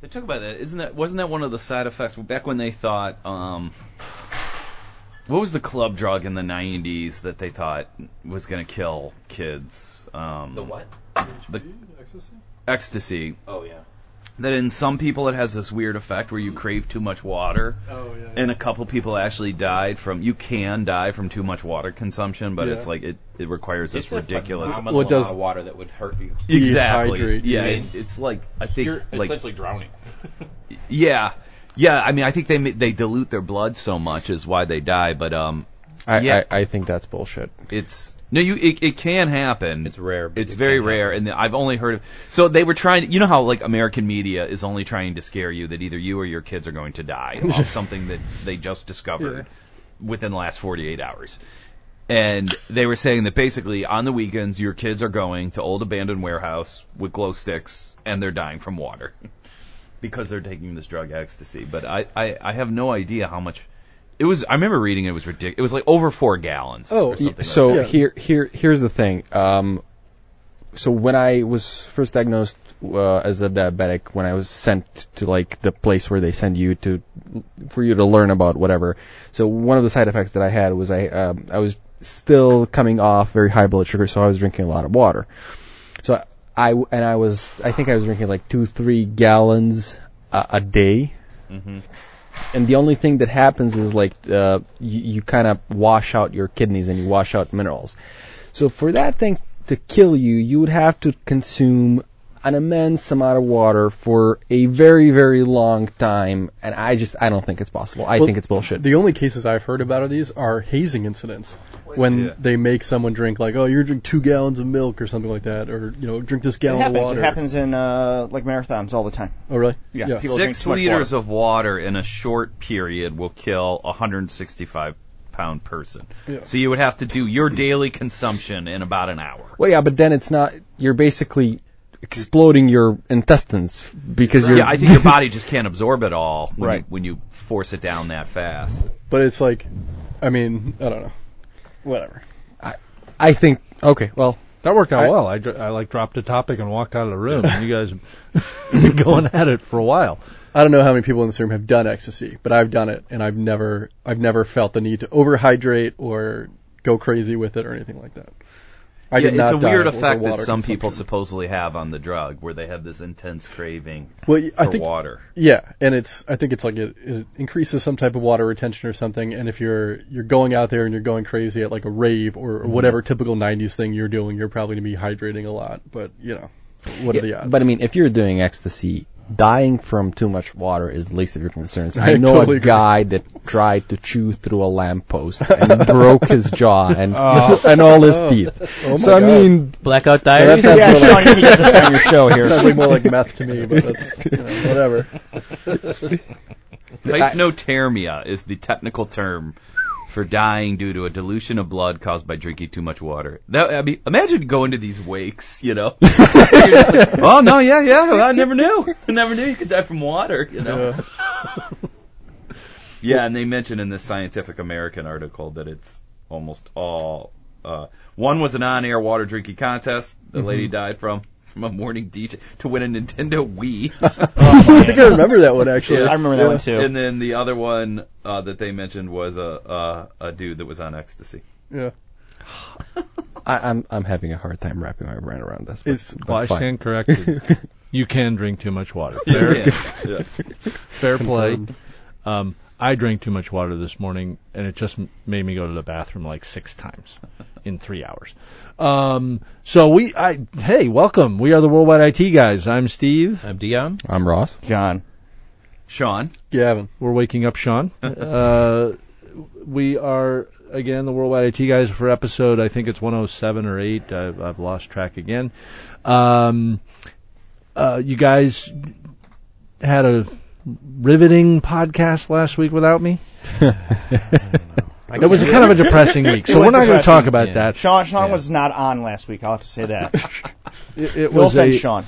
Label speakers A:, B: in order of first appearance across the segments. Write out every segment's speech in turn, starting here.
A: They talk about that. Isn't that wasn't that one of the side effects back when they thought um what was the club drug in the 90s that they thought was going to kill kids? Um,
B: The what?
A: The-
C: ecstasy?
A: Ecstasy.
B: Oh yeah.
A: That in some people it has this weird effect where you crave too much water,
C: Oh yeah.
A: and a couple people actually died from. You can die from too much water consumption, but
C: Yeah.
A: it's like it, it requires this ridiculous.
B: Phenomenal
C: What does-
B: amount of water that would hurt you?
A: Exactly.
C: Dehydrate,
A: yeah,
C: you mean.
A: it, it's like I think
B: You're
A: like
B: essentially drowning.
A: yeah, yeah. I mean, I think they ma- they dilute their blood so much is why they die. But um,
D: I,
A: Yeah.
D: I, I think that's bullshit.
A: it's no, you it, it can happen.
B: It's rare, but
A: It's
B: it
A: very
B: can
A: rare, and I've only heard of. So they were trying. You know how like American media is only trying to scare you that either you or your kids are going to die of something that they just discovered within the last 48 hours. And they were saying that basically on the weekends your kids are going to old abandoned warehouse with glow sticks and they're dying from water because they're taking this drug ecstasy. But I, I, I have no idea how much. It was. I remember reading it was ridiculous. It was like over four gallons.
D: Oh,
A: or something like
D: so
A: that.
C: that.
D: here, here, here's the thing. Um, so when I was first diagnosed uh, as a diabetic, when I was sent to like the place where they send you to for you to learn about whatever. So one of the side effects that I had was I um, I was still coming off very high blood sugar, so I was drinking a lot of water. So I, I and I was I think I was drinking like two three gallons a, a day
A: Mm-hmm.
D: and the only thing that happens is like uh, you, you kind of wash out your kidneys and you wash out minerals. So for that thing to kill you, you would have to consume an immense amount of water for a very very long time, and I just I don't think it's possible. I
C: Well,
D: think it's bullshit.
C: The only cases I've heard about of these are hazing incidents, when
A: Yeah.
C: they make someone drink like, oh, you're drink two gallons of milk or something like that, or you know, drink this
E: It
C: gallon
E: happens.
C: of water.
E: It happens in uh, like marathons all the time.
C: Oh really?
E: Yeah, people drink
A: Six
E: too much
A: liters
E: water.
A: of water in a short period will kill a 165 pound person.
C: Yeah.
A: So you would have to do your daily consumption in about an hour.
D: well, yeah, but then it's not. You're basically exploding your intestines because you're.
A: Yeah, I think your body just can't absorb it all when, you,
E: Right.
A: when you force it down that fast.
C: But it's like, I mean, I don't know. Whatever.
D: I think okay. Well,
F: That worked out
D: I-
F: well. I, dr- I like dropped a topic and walked out of the room, and you guys have been going at it for a while.
C: I don't know how many people in this room have done ecstasy, but I've done it, and I've never, I've never felt the need to overhydrate or go crazy with it or anything like that. I
A: yeah,
C: did not
A: it's a
C: die
A: weird
C: of
A: effect that
C: overwater
A: some people
C: consumption.
A: supposedly have on the drug, where they have this intense craving
C: Well, y- I
A: for
C: think
A: water.
C: Yeah, and it's I think it's like it, it increases some type of water retention or something. And if you're you're going out there and you're going crazy at like a rave or, or whatever typical '90s thing you're doing, you're probably gonna be hydrating a lot. But you know, what are the
D: Yeah,
C: odds?
D: But I mean, if you're doing ecstasy, dying from too much water is the least of your concerns. I,
C: I
D: know
C: totally agree.
D: a guy that tried to chew through a lamppost and broke his jaw and and all his teeth. so I mean,
G: Blackout
D: that
G: Diaries.
D: sounds more like- on your show here.
C: Sounds like more like meth to me, but that's, you know, whatever.
A: Hypnotermia is the technical term for dying due to a dilution of blood caused by drinking too much water. That I mean, imagine going to these wakes, you know. You're just like, oh no, yeah, yeah, well, I never knew. I never knew you could die from water, you know.
C: Yeah.
A: Yeah, and they mention in this Scientific American article that it's almost all. Uh, one was an on-air water drinking contest. The lady died from from a morning DJ to win a Nintendo Wii.
C: I think I remember that one actually.
E: I remember that one too.
A: And then the other one uh, that they mentioned was a uh, a dude that was on ecstasy.
C: Yeah,
D: I, I'm I'm having a hard time wrapping my brain around this. But,
C: it's
D: but
F: Well, I
D: fine.
F: stand corrected. you can drink too much water. Fair,
A: yeah.
F: fair play. Um, I drank too much water this morning, and it just m- made me go to the bathroom like six times in three hours. Um, so we, I, hey, welcome. We are the Worldwide IT guys. I'm Steve.
G: I'm Dion.
D: I'm Ross.
E: John.
A: Sean,
C: Gavin.
F: We're waking up Sean. Uh, we are again the Worldwide IT guys for episode. I think it's 107 or 8. I've, I've lost track again. Um, uh, you guys had a riveting podcast last week without me. It was a kind of a depressing week, so
E: was
F: we're not going to
E: depressing,
F: talk about
G: yeah.
F: that.
E: Sean, Sean
G: Yeah.
E: was not on last week. I'll have to say that.
F: It, it
E: no
F: was a,
E: offense, Sean.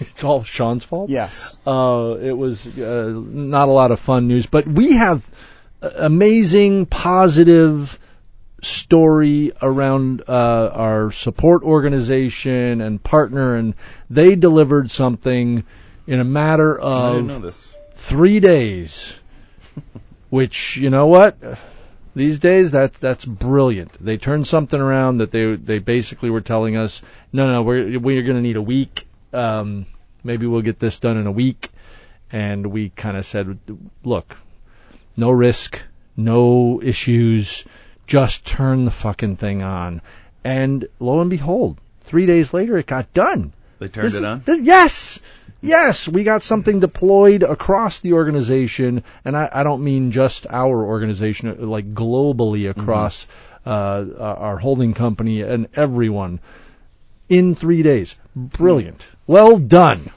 F: it's all Sean's fault.
E: Yes.
F: Uh, it was uh, not a lot of fun news, but we have a- amazing, positive story around uh, our support organization and partner, and they delivered something in a matter
A: I didn't know
F: of
A: this.
F: three days. Which you know what? These days, that's that's brilliant. They turned something around that they they basically were telling us, no, no, we're we're going to need a week. Um, maybe we'll get this done in a week, and we kind of said, look, no risk, no issues, just turn the fucking thing on. And lo and behold, three days later, it got done.
A: They turned
F: This
A: it
F: is-
A: on.
F: this- yes, yes, we got something deployed across the organization, and I, I don't mean just our organization, like globally
A: Mm-hmm.
F: across uh, our holding company and everyone in three days. Brilliant.
A: Mm.
F: Well done.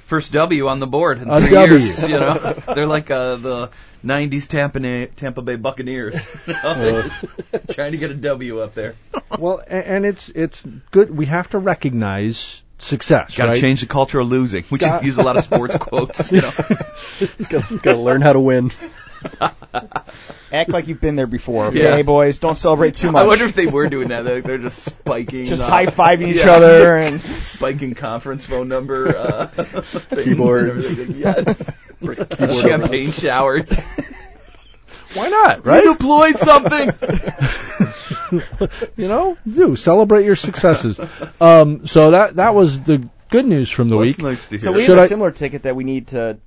A: First W on the board in
F: A
A: three
F: W.
A: years. You know, they're like uh, the '90s Tampa, Na- Tampa Bay Buccaneers, You know, they're just trying to get a W up there.
F: Well, a- and it's it's good. We have to recognize success.
A: Got to
F: right?
A: change the culture of losing. We should
F: Got-
A: use a lot of sports quotes. You know,
C: Got to learn how to win.
E: Act like you've been there before, okay,
A: Yeah.
E: boys? Don't celebrate too much.
A: I wonder if they were doing that. They're, they're just spiking,
E: just
A: uh,
E: high fiving each
A: yeah.
E: other and
A: spiking conference phone number, uh, things and
C: Keyboards.
A: everything. Yes, champagne showers.
F: Why not?
A: You
F: Right?
A: deployed something.
F: you know, do celebrate your successes. um, so that that was the good news from the
A: That's
F: week.
A: nice to hear.
E: So we
F: Should
E: have a
F: I-
E: similar ticket that we need to,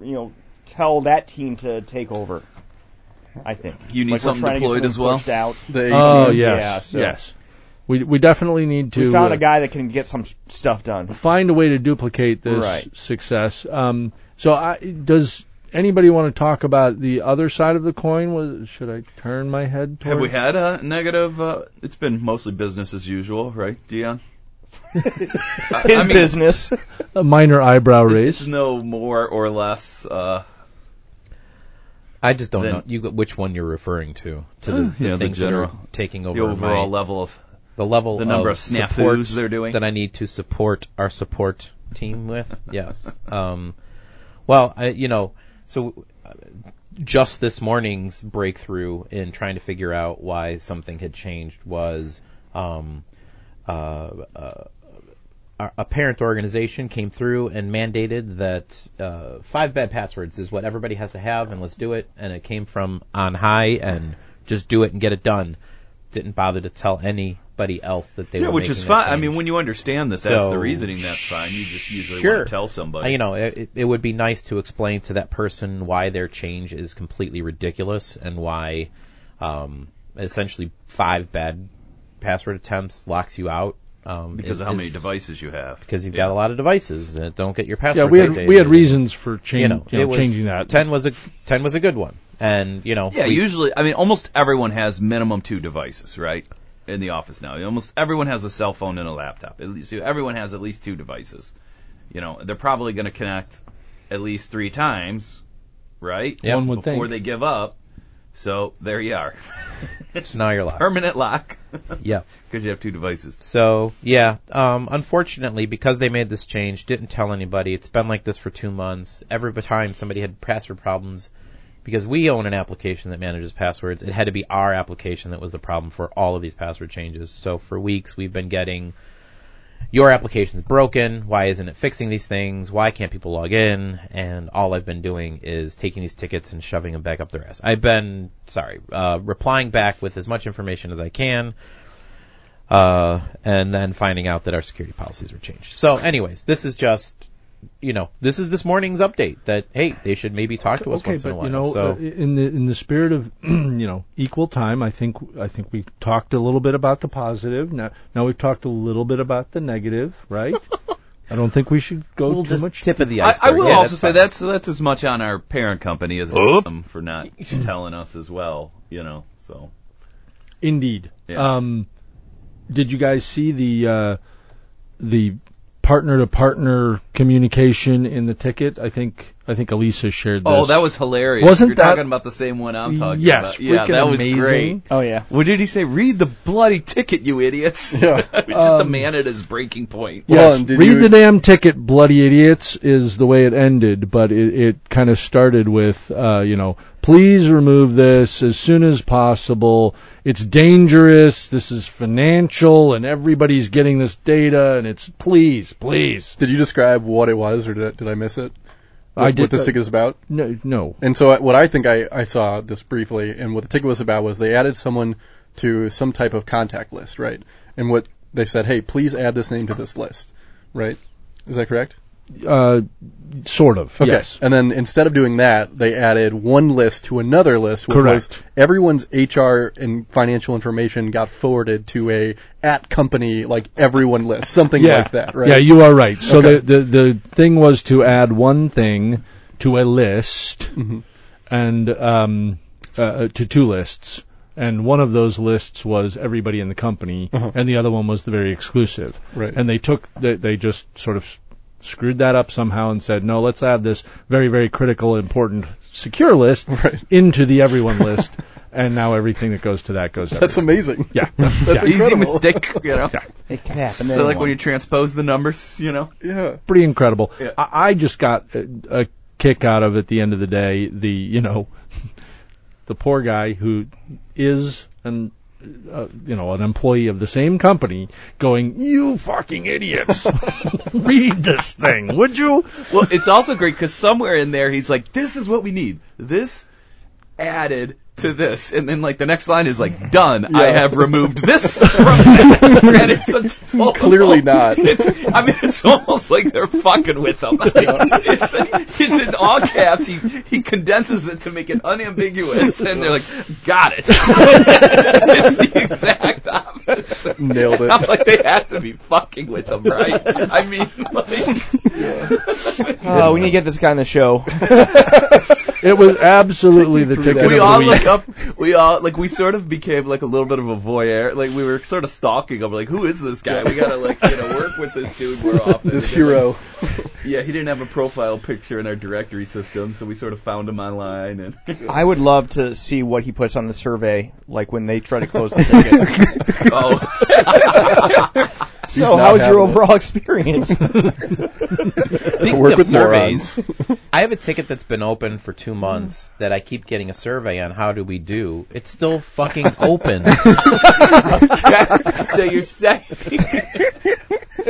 E: you know, tell that team to take over. I think
A: You need
E: Like, we're
A: something
E: trying to get
A: deployed
E: something
A: as well?
E: pushed out.
C: The 18,
F: Oh yes,
E: Yeah, so-
F: yes. We we definitely need to
E: We found
F: uh,
E: a guy that can get some s- stuff done.
F: find a way to duplicate this
E: Right.
F: success. Um, so I, does anybody want to talk about the other side of the coin? Was should I turn my head? Towards?
A: Have we had a negative? Uh, it's been mostly business as usual, right, Dion? I-
E: His
A: I mean,
E: business.
F: a minor eyebrow raise?
A: It's no more or less. Uh,
D: I just don't
A: Then-
D: know you, which one you're referring to. To the,
A: Uh, yeah, the
D: things that are
A: general-
D: taking
A: the
D: over
A: overall
D: my,
A: level of
D: the level,
A: the number of snafus
D: support
A: they're doing.
D: that I need to support our support team with. yes. Um, well, I, you know, so uh, just this morning's breakthrough in trying to figure out why something had changed was um, uh, uh, a a parent organization came through and mandated that uh, five bad passwords is what everybody has to have, and let's do it. And it came from on high, and just do it and get it done. Didn't bother to tell anybody else that they
A: yeah,
D: were.
A: which is
D: making that
A: fine. I mean,
D: change.
A: when you understand that that's
D: So,
A: the reasoning, that's fine. You just usually
D: sure.
A: want to tell somebody.
D: you know, it, it would be nice to explain to that person why their change is completely ridiculous and why um, essentially five bad password attempts locks you out. Um,
A: because
D: is-
A: of how many
D: is-
A: devices you have.
D: Because you've
A: Yeah.
D: got a lot of devices that don't get your password.
F: Yeah, we had
D: updated.
F: we had reasons for change,
D: You know,
F: you know,
D: it was-
F: changing that.
D: Ten was a ten was a good one, and you know,
A: Yeah,
D: we-
A: usually, I mean, almost everyone has minimum two devices, right? In the office now, almost everyone has a cell phone and a laptop. At least everyone has at least two devices. You know, they're probably going to connect at least three times, right?
D: Yep.
F: One would
A: Before
F: think.
A: they give up. So there you are,
D: so now you're locked.
A: permanent lock
D: Yeah.
A: because you have two devices.
D: So yeah, um, unfortunately, because they made this change, didn't tell anybody. It's been like this for two months. Every time somebody had password problems, because we own an application that manages passwords, it had to be our application that was the problem for all of these password changes. So for weeks, we've been getting your application's broken. Why isn't it fixing these things? Why can't people log in? And all I've been doing is taking these tickets and shoving them back up their ass. I've been sorry, uh, replying back with as much information as I can uh, and then finding out that our security policies were changed. So, anyways, this is just, you know, this is this morning's update that hey, they should maybe talk to us
F: okay,
D: once
F: but
D: in a while.
F: you know,
D: so,
F: uh, in the in the spirit of you know equal time, I think I think we talked a little bit about the positive. Now now we've talked a little bit about the negative, right? I don't think we should go
D: we'll
F: too
D: just
F: much.
D: tip of the
A: I,
D: iceberg.
A: I will
D: Yeah,
A: also
D: that's
A: say
D: fine.
A: that's that's as much on our parent company as them for not telling us as well. You know, so
F: Indeed.
A: Yeah.
F: Um, did you guys see the uh, the partner to partner communication in the ticket? I think I think Elisa shared this.
A: Oh, that was hilarious.
F: Wasn't
A: You're
F: that-
A: talking about the same one I'm talking
F: Yes,
A: about. Yeah,
F: freaking
A: that was
F: amazing.
A: great.
E: Oh yeah.
A: What did he say? Read the bloody ticket, you idiots.
C: Yeah.
A: it's just a
F: Um,
A: man at his breaking point.
C: Yeah.
F: Yes.
C: Well, and did
F: Read
C: you-
F: the damn ticket, bloody idiots, is the way it ended, but it, it kind of started with, uh, you know, please remove this as soon as possible. It's dangerous. This is financial, and everybody's getting this data, and it's please, please.
C: Did you describe what it was, or did I, did I miss it?
F: I
C: What-
F: did
C: what the
F: the-
C: ticket is about.
F: No, no.
C: And so I- what I think I, I saw this briefly, and what the ticket was about was they added someone to some type of contact list, right? And what they said, hey, please add this name to this list, right? Is that correct?
F: Uh, sort of.
C: Okay.
F: Yes.
C: And then instead of doing that, they added one list to another list, which was
F: Correct.
C: everyone's HR and financial information got forwarded to a at company like everyone list, something
F: yeah.
C: like that, right?
F: Yeah, you are right. So
C: Okay.
F: the, the the thing was to add one thing to a list,
C: Mm-hmm.
F: and um, uh, to two lists, and one of those lists was everybody in the company, and the other one was the very exclusive.
C: Uh-huh. Right.
F: And they took they, they just sort of s- screwed that up somehow and said no, let's add this very very critical important secure list
C: Right.
F: into the everyone list, and now everything that goes to that goes.
C: That's
F: everywhere.
C: amazing.
F: Yeah.
C: That's
F: yeah.
A: Easy
C: incredible.
A: mistake, you know.
E: It can happen. to
A: So like
E: anyone.
A: when you transpose the numbers, you know.
C: Yeah.
F: pretty incredible.
A: Yeah.
F: I, I just got a, a kick out of at the end of the day the you know the poor guy who is an uh, you know an employee of the same company going you fucking idiots read this thing would you
A: Well, it's also great because somewhere in there he's like, "This is what we need. This added to this," and then like the next line is like, "Done. I have removed this from that," and it's a total-
C: Clearly not.
A: It's, I mean, it's almost like they're fucking with him. Like, it's, it's in all caps. He he condenses it to make it unambiguous, and they're like, "Got it." it's the exact opposite.
C: Nailed it.
A: I'm like, they have to be fucking with him, right? I mean, like.
E: Oh, we need to get this guy on the show.
F: it was absolutely the
C: Through
F: ticket
C: that.
F: of
A: we
F: the
A: all
F: week.
A: look up. We all like we sort of became like a little bit of a voyeur. Like we were sort of stalking him. Like who is this guy? We gotta like you know work with this dude more often.
C: This
A: And,
C: hero.
A: like, yeah, he didn't have a profile picture in our directory system, so we sort of found him online. And
E: I would love to see what he puts on the survey, like when they try to close the ticket.
A: oh,
E: so,
C: not
E: how was your
C: having it.
E: overall experience?
D: Speaking
C: Work
D: of
C: with
D: surveys, I have a ticket that's been open for two months that I keep getting a survey on how do we do. It's still fucking open.
A: so you're saying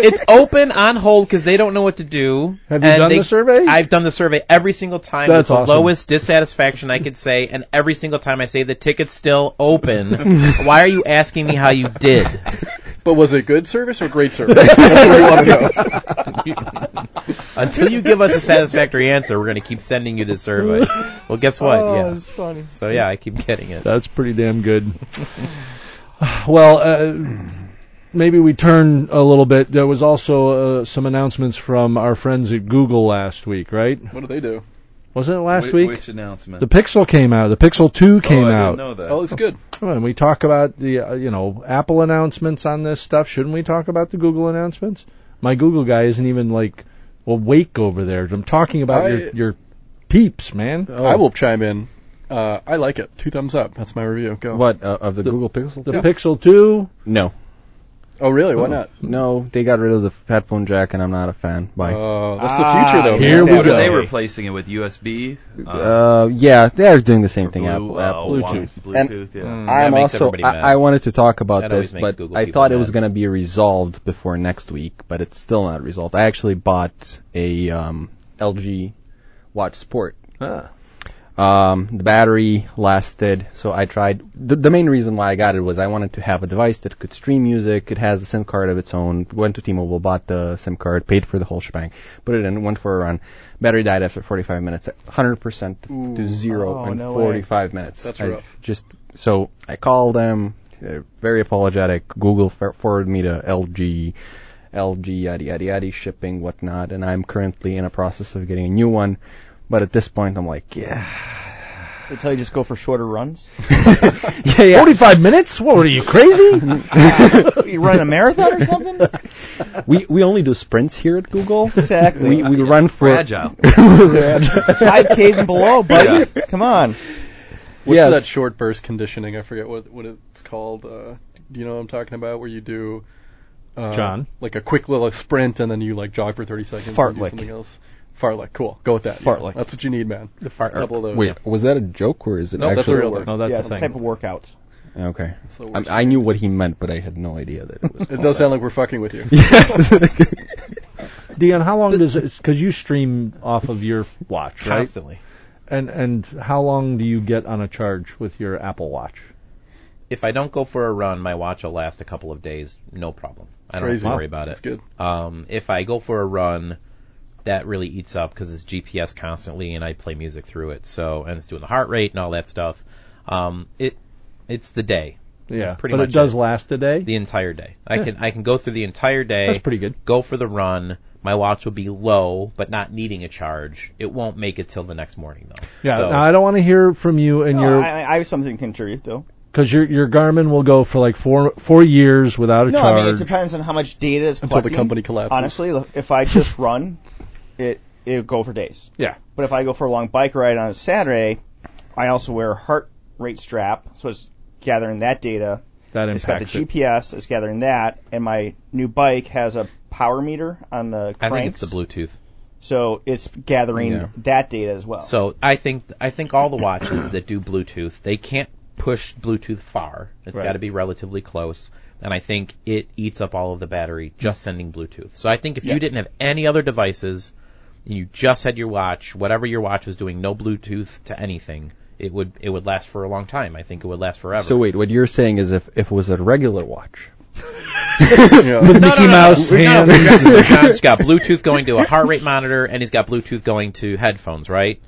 D: it's open on hold because they don't know what to do.
F: Have you
D: and
F: done
D: they-
F: the survey?
D: I've done the survey every single time.
F: That's
D: with the
F: awesome.
D: lowest dissatisfaction I could say, and every single time I say the ticket's still open. Why are you asking me how you did?
C: But was it good service or great service? That's where you want to go.
D: Until you give us a satisfactory answer, we're gonna keep sending you this survey. Well, guess what?
A: Oh,
D: yeah.
E: funny.
D: So yeah, I keep getting it.
F: Oh, That's pretty damn good. well, uh, maybe we turn a little bit. There was also uh, some announcements from our friends at Google last week, right?
C: What do they do?
F: Wasn't it last
A: Wh-
F: week?
A: which announcement?
F: the Pixel came out. The Pixel 2
A: oh,
F: came
A: I
F: out.
A: Didn't know that.
C: Oh, it's good.
F: Come on, we talk about the uh, you know Apple announcements on this stuff. Shouldn't we talk about the Google announcements? My Google guy isn't even like awake over there. I'm talking about
C: I-
F: your your peeps, man.
C: I will chime in. Uh, I like it. Two thumbs up. That's my review. Go.
H: What uh, of the, Google Pixel?
F: The Pixel 2.
H: no,
C: Oh, really? Why not?
H: no, they got rid of the headphone jack, and I'm not a fan. Bye.
C: Oh, that's
E: Ah,
C: the future, though.
E: yeah.
F: Here
C: man.
F: we
A: what
F: go.
A: are they replacing it with? USB, uh,
H: Uh, yeah, they are doing the same thing.
A: Blue-
H: Apple,
A: uh,
H: Apple.
A: Wi- Bluetooth.
H: And-
A: yeah.
D: Mm, that
H: I'm
D: makes
H: also.
D: everybody mad.
H: I, I wanted to talk about
D: That always
H: this,
D: makes
H: but
D: Google
H: I
D: people
H: thought it was
D: mad.
H: going to be resolved before next week, but it's still not resolved. I actually bought a um, LG Watch Sport.
D: Ah.
H: Um, the battery lasted, so I tried. The, the main reason why I got it was I wanted to have a device that could stream music. It has a SIM card of its own. Went to T-Mobile, bought the SIM card, paid for the whole shebang, put it in, went for a run. Battery died after 45 minutes, 100% to zero
E: Oh,
H: in
E: no way.
H: 45 minutes.
C: That's
H: I
C: rough.
H: Just so I called them. They're very apologetic. Google for- forwarded me to LG, LG yada yada yada shipping whatnot, and I'm currently in a process of getting a new one. But at this point, I'm like, yeah,
E: They tell you just go for shorter runs.
H: yeah, yeah.
F: 45 minutes? What are you crazy?
E: you run a marathon or something?
H: We we only do sprints here at Google.
E: Exactly.
H: We we run for
A: Fragile.
E: Five Ks and below, buddy. Come on.
C: What's
H: Yes.
C: that short burst conditioning? I forget what what it's called. Uh, do you know what I'm talking about? Where you do, uh,
F: John?
C: like a quick little sprint and then you like jog for 30 seconds. and do
E: Fartlek.
C: something else. Fartlek. Cool. Go with that. yeah.
E: Fartlek.
C: that's what you need, man. The fart. Couple of those.
H: Wait, was that a joke or is it
C: No,
H: actually?
C: that's a real word.
F: No, Oh, that's
E: yeah,
F: the
E: some
F: thing.
E: type of workout.
H: Okay.
C: the worst.
H: I, I knew what he meant, but I had no idea that it was.
C: It does sound like we're fucking with you.
F: Dion, how long does it? Because you stream off of your watch, right?
D: constantly.
F: And and how long do you get on a charge with your Apple Watch?
D: If I don't go for a run, my watch will last a couple of days, no problem. I don't
C: Crazy.
D: have to worry about
C: That's
D: it.
C: good.
D: Um, if I go for a run, that really eats up because it's GPS constantly, and I play music through it. So and it's doing the heart rate and all that stuff. Um, it it's the day,
F: Yeah,
D: pretty
F: but
D: much
F: it does
D: it.
F: last a day.
D: the entire day. I can I can go through the entire day.
F: That's pretty good.
D: Go for the run. My watch will be low, but not needing a charge. It won't make it till the next morning though.
F: yeah,
D: So,
F: now I don't want to hear from you and
E: No,
F: your
E: I, I have something to contribute though.
F: because your your Garmin will go for like four four years without a
E: No,
F: charge.
E: I mean it depends on how much data is
C: Until the
E: collecting.
C: company collapses.
E: Honestly, look, if I just run, it it'll go for days.
F: Yeah,
E: But if I go for a long bike ride on a Saturday, I also wear a heart rate strap, so it's gathering that data.
F: that
E: It's got the
F: impacts it.
E: GPS, it's gathering that, and my new bike has a power meter on the cranks.
D: I think it's the Bluetooth.
E: So it's gathering
H: Yeah.
E: that data as well.
D: So I think I think all the watches that do Bluetooth, they can't push Bluetooth far. It's
E: Right.
D: got to be relatively close. And I think it eats up all of the battery just sending Bluetooth. So I think if
E: Yeah.
D: you didn't have any other devices and you just had your watch, whatever your watch was doing, no Bluetooth to anything, it would it would last for a long time. I think it would last forever.
H: So wait, what you're saying is if, if it was a regular watch,
C: Yeah.
D: no,
F: Mickey
D: no,
F: Mouse
D: No, no,
F: hand.
D: no, so John's got Bluetooth going to a heart rate monitor, and he's got Bluetooth going to headphones, right?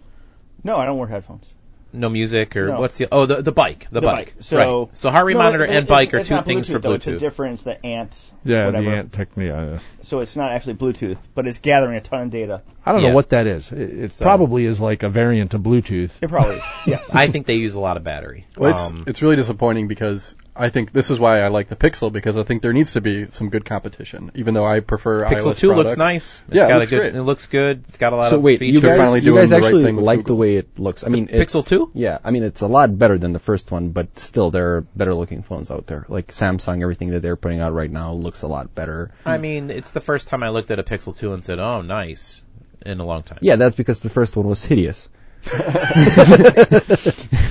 E: no, I don't wear headphones.
D: No music or
E: No.
D: what's the oh the the bike the,
E: The
D: bike.
E: So
D: right. so heart rate
E: No,
D: monitor
E: it-
D: and
E: it's-
D: bike are
E: it's
D: two
E: not
D: things for
E: Though. It's a
D: Bluetooth.
E: difference, the ant.
F: Yeah,
E: whatever.
F: the ant technique. uh,
E: So it's not actually Bluetooth, but it's gathering a ton of data.
F: I don't
D: Yeah.
F: know what that is. It, it
D: So-
F: probably is like a variant of Bluetooth.
E: It probably is. Yes.
D: I think they use a lot of battery.
C: Well, it's,
D: Um,
C: it's really disappointing because I think this is why I like the Pixel because I think there needs to be some good competition, even though I prefer
D: Pixel
C: iOS
D: Two looks
C: products.
D: nice. It's
C: Yeah, it
D: got
C: looks
D: a good,
C: great.
D: It looks good. It's got a lot
H: so
D: of
H: wait,
D: features.
H: you guys,
C: finally
H: you
C: doing
H: guys
C: the right
H: actually
C: thing with
H: like the
C: Google.
H: way it looks. I mean, it's,
D: Pixel 2?
H: Yeah, I mean it's a lot better than the first one, but still there are better looking phones out there. Like Samsung, everything that they're putting out right now looks a lot better.
D: I mean, it's the first time I looked at a Pixel Two and said, "Oh, nice," in a long time.
H: Yeah, that's because the first one was hideous.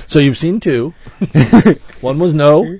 F: So you've seen two. One was no,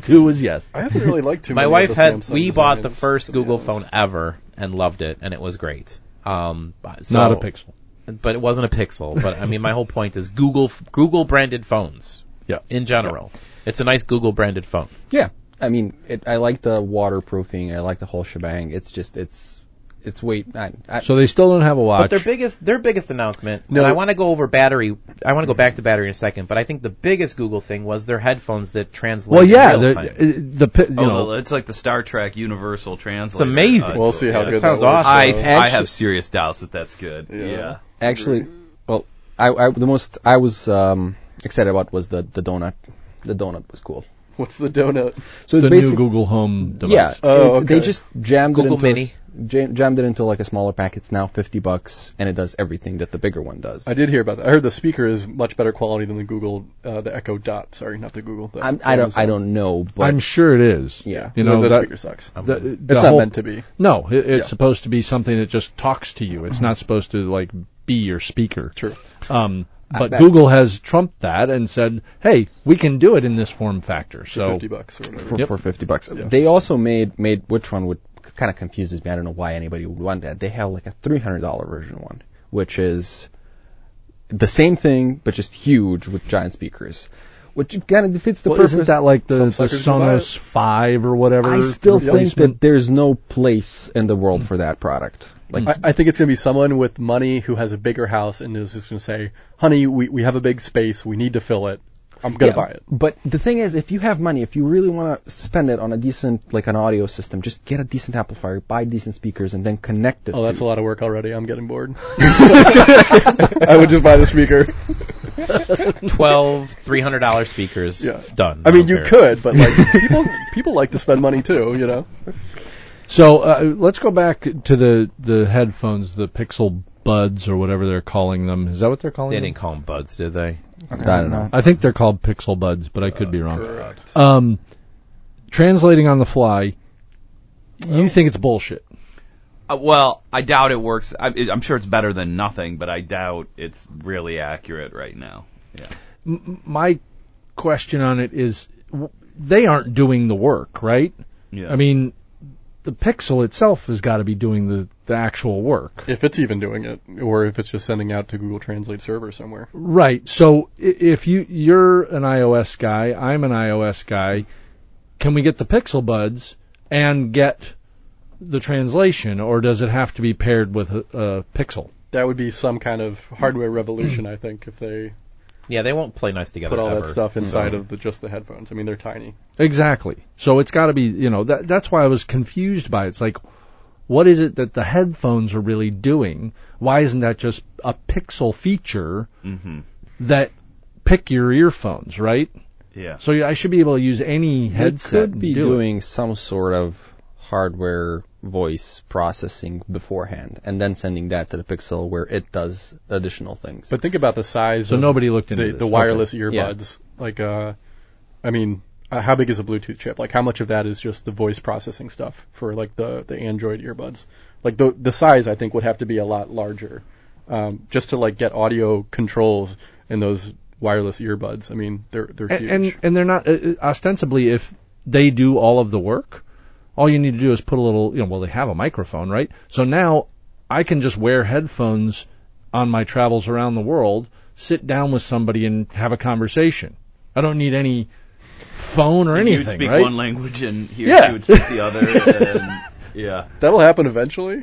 F: two was yes.
C: I haven't really liked too
D: My
C: many
D: wife
C: of the
D: had.
C: Samsung
D: We bought the
C: designs,
D: first
C: to be
D: Google
C: honest.
D: phone ever and loved it, and it was great. Um, but- so,
F: Not a pixel.
D: but it wasn't a Pixel. But I mean, my whole point is Google Google branded phones
F: Yeah.
D: in general. It's a nice Google branded phone.
H: Yeah, I mean, it, I like the waterproofing. I like the whole shebang. It's just it's it's way. I, I,
F: So they still don't have a watch.
D: But their biggest their biggest announcement.
C: No.
D: and I want to go over battery. I want to go back to battery in a second. But I think the biggest Google thing was their headphones that translate.
F: well, yeah,
D: in real
F: the
D: time.
F: uh, the pi- you
A: Oh,
F: know
A: it's like the Star Trek Universal Translator.
D: amazing.
C: uh, We'll see how
A: yeah.
C: good
D: sounds
C: that works.
D: awesome.
A: I,
H: So-
A: I have serious doubts that that's good. Yeah.
C: Yeah.
H: actually, well, I, I the most I was um, excited about was the the donut. The donut was cool.
C: What's the donut?
H: So
F: the
H: it's
F: new
H: basically
F: Google Home device.
H: yeah,
C: Oh,
H: it- they
C: okay.
H: just jammed
D: Google
H: it into a
D: Mini.
H: s- jam, jammed it into like a smaller pack. It's now fifty bucks, and it does everything that the bigger one does.
C: I did hear about that. I heard the speaker is much better quality than the Google, uh, the Echo Dot. Sorry, not the Google. The
H: I'm, I don't I
C: Amazon.
H: don't know, but
F: I'm sure it is.
H: Yeah.
F: you
C: No,
F: know
C: that,
F: that.
C: speaker sucks.
F: the- the
C: it's not
F: whole-
C: meant to be.
F: No, it, it's
C: Yeah. Mm-hmm.
F: supposed to be something that just talks to you. It's not supposed to like be your speaker.
C: True.
F: Um, but
H: that-
F: Google has trumped that and said, "Hey, we can do it in this form factor." So
C: Fifty bucks or whatever.
H: for, for 50 bucks. They also made made which one would kind of confuses me. I don't know why anybody would want that. They have like a $300 version one, which is the same thing but just huge with giant speakers, which kind of defeats the
F: well,
H: purpose.
F: isn't that like the,
C: Some
F: the
C: suckers will buy it.
F: Sonos Five or whatever?
H: I still think
F: replacement?
H: that there's no place in the world for that product. Like
C: I, I think it's going to be someone with money who has a bigger house and is just going to say, "Honey, we, we have a big space. We need to fill it. I'm going to buy it."
H: But the thing is, if you have money, if you really want to spend it on a decent, like an audio system, just get a decent amplifier, buy decent speakers, and then connect it.
C: Oh, that's
H: to
C: a lot of work already. I'm getting bored. I would just buy the speaker.
D: twelve three hundred dollar speakers.
C: Yeah.
D: Done.
C: I mean, you
D: don't care.
C: could, but like people people like to spend money too, you know.
F: So uh, let's go back to the the headphones, the Pixel Buds or whatever they're calling them. Is that what they're calling
D: They
F: them?
D: didn't call them buds, did they?
H: I don't know.
F: I think they're called Pixel Buds, but I could be wrong. Um, translating on the fly, you think it's bullshit.
A: Uh, well, I doubt it works. I, I'm sure it's better than nothing, but I doubt it's really accurate right now.
F: M- my question on it is, w- they aren't doing the work, right?
A: Yeah.
F: I mean, the Pixel itself has got to be doing the, the actual work.
C: If it's even doing it, or if it's just sending out to Google Translate server somewhere.
F: Right. So i- if you you're an iOS guy, I'm an iOS guy, can we get the Pixel Buds and get the translation, or does it have to be paired with a, a Pixel?
C: That would be some kind of hardware revolution, I think, if they
D: Yeah, they won't play nice together
C: put all
D: ever.
C: that stuff inside of the, just the headphones. I mean, they're tiny.
F: Exactly. So it's got to be, you know, that that's why I was confused by it. It's like what is it that the headphones are really doing? Why isn't that just a pixel feature
A: Mm-hmm.
F: that pick your earphones, right?
A: yeah.
F: So I should be able to use any headset.
H: It could
F: and
H: be
F: do it.
H: doing some sort of hardware voice processing beforehand and then sending that to the Pixel where it does additional things.
C: But think about the size.
F: So
C: of
F: nobody looked into
C: the,
F: this.
C: the wireless
H: Yeah.
C: earbuds. Like, uh, I mean, uh, how big is a Bluetooth chip? Like, how much of that is just the voice processing stuff for like the the Android earbuds? Like the the size, I think, would have to be a lot larger, um, just to like get audio controls in those wireless earbuds. I mean, they're they're
F: Okay.
C: huge.
F: And, and and they're not uh, uh, ostensibly if they do all of the work. All you need to do is put a little, you know, well they have a microphone, right? So now I can just wear headphones on my travels around the world, sit down with somebody and have a conversation. I don't need any phone or
A: You'd
F: anything,
A: speak
F: right?
A: one language and here
F: Yeah.
A: she would speak the other. And, yeah.
C: That'll happen eventually.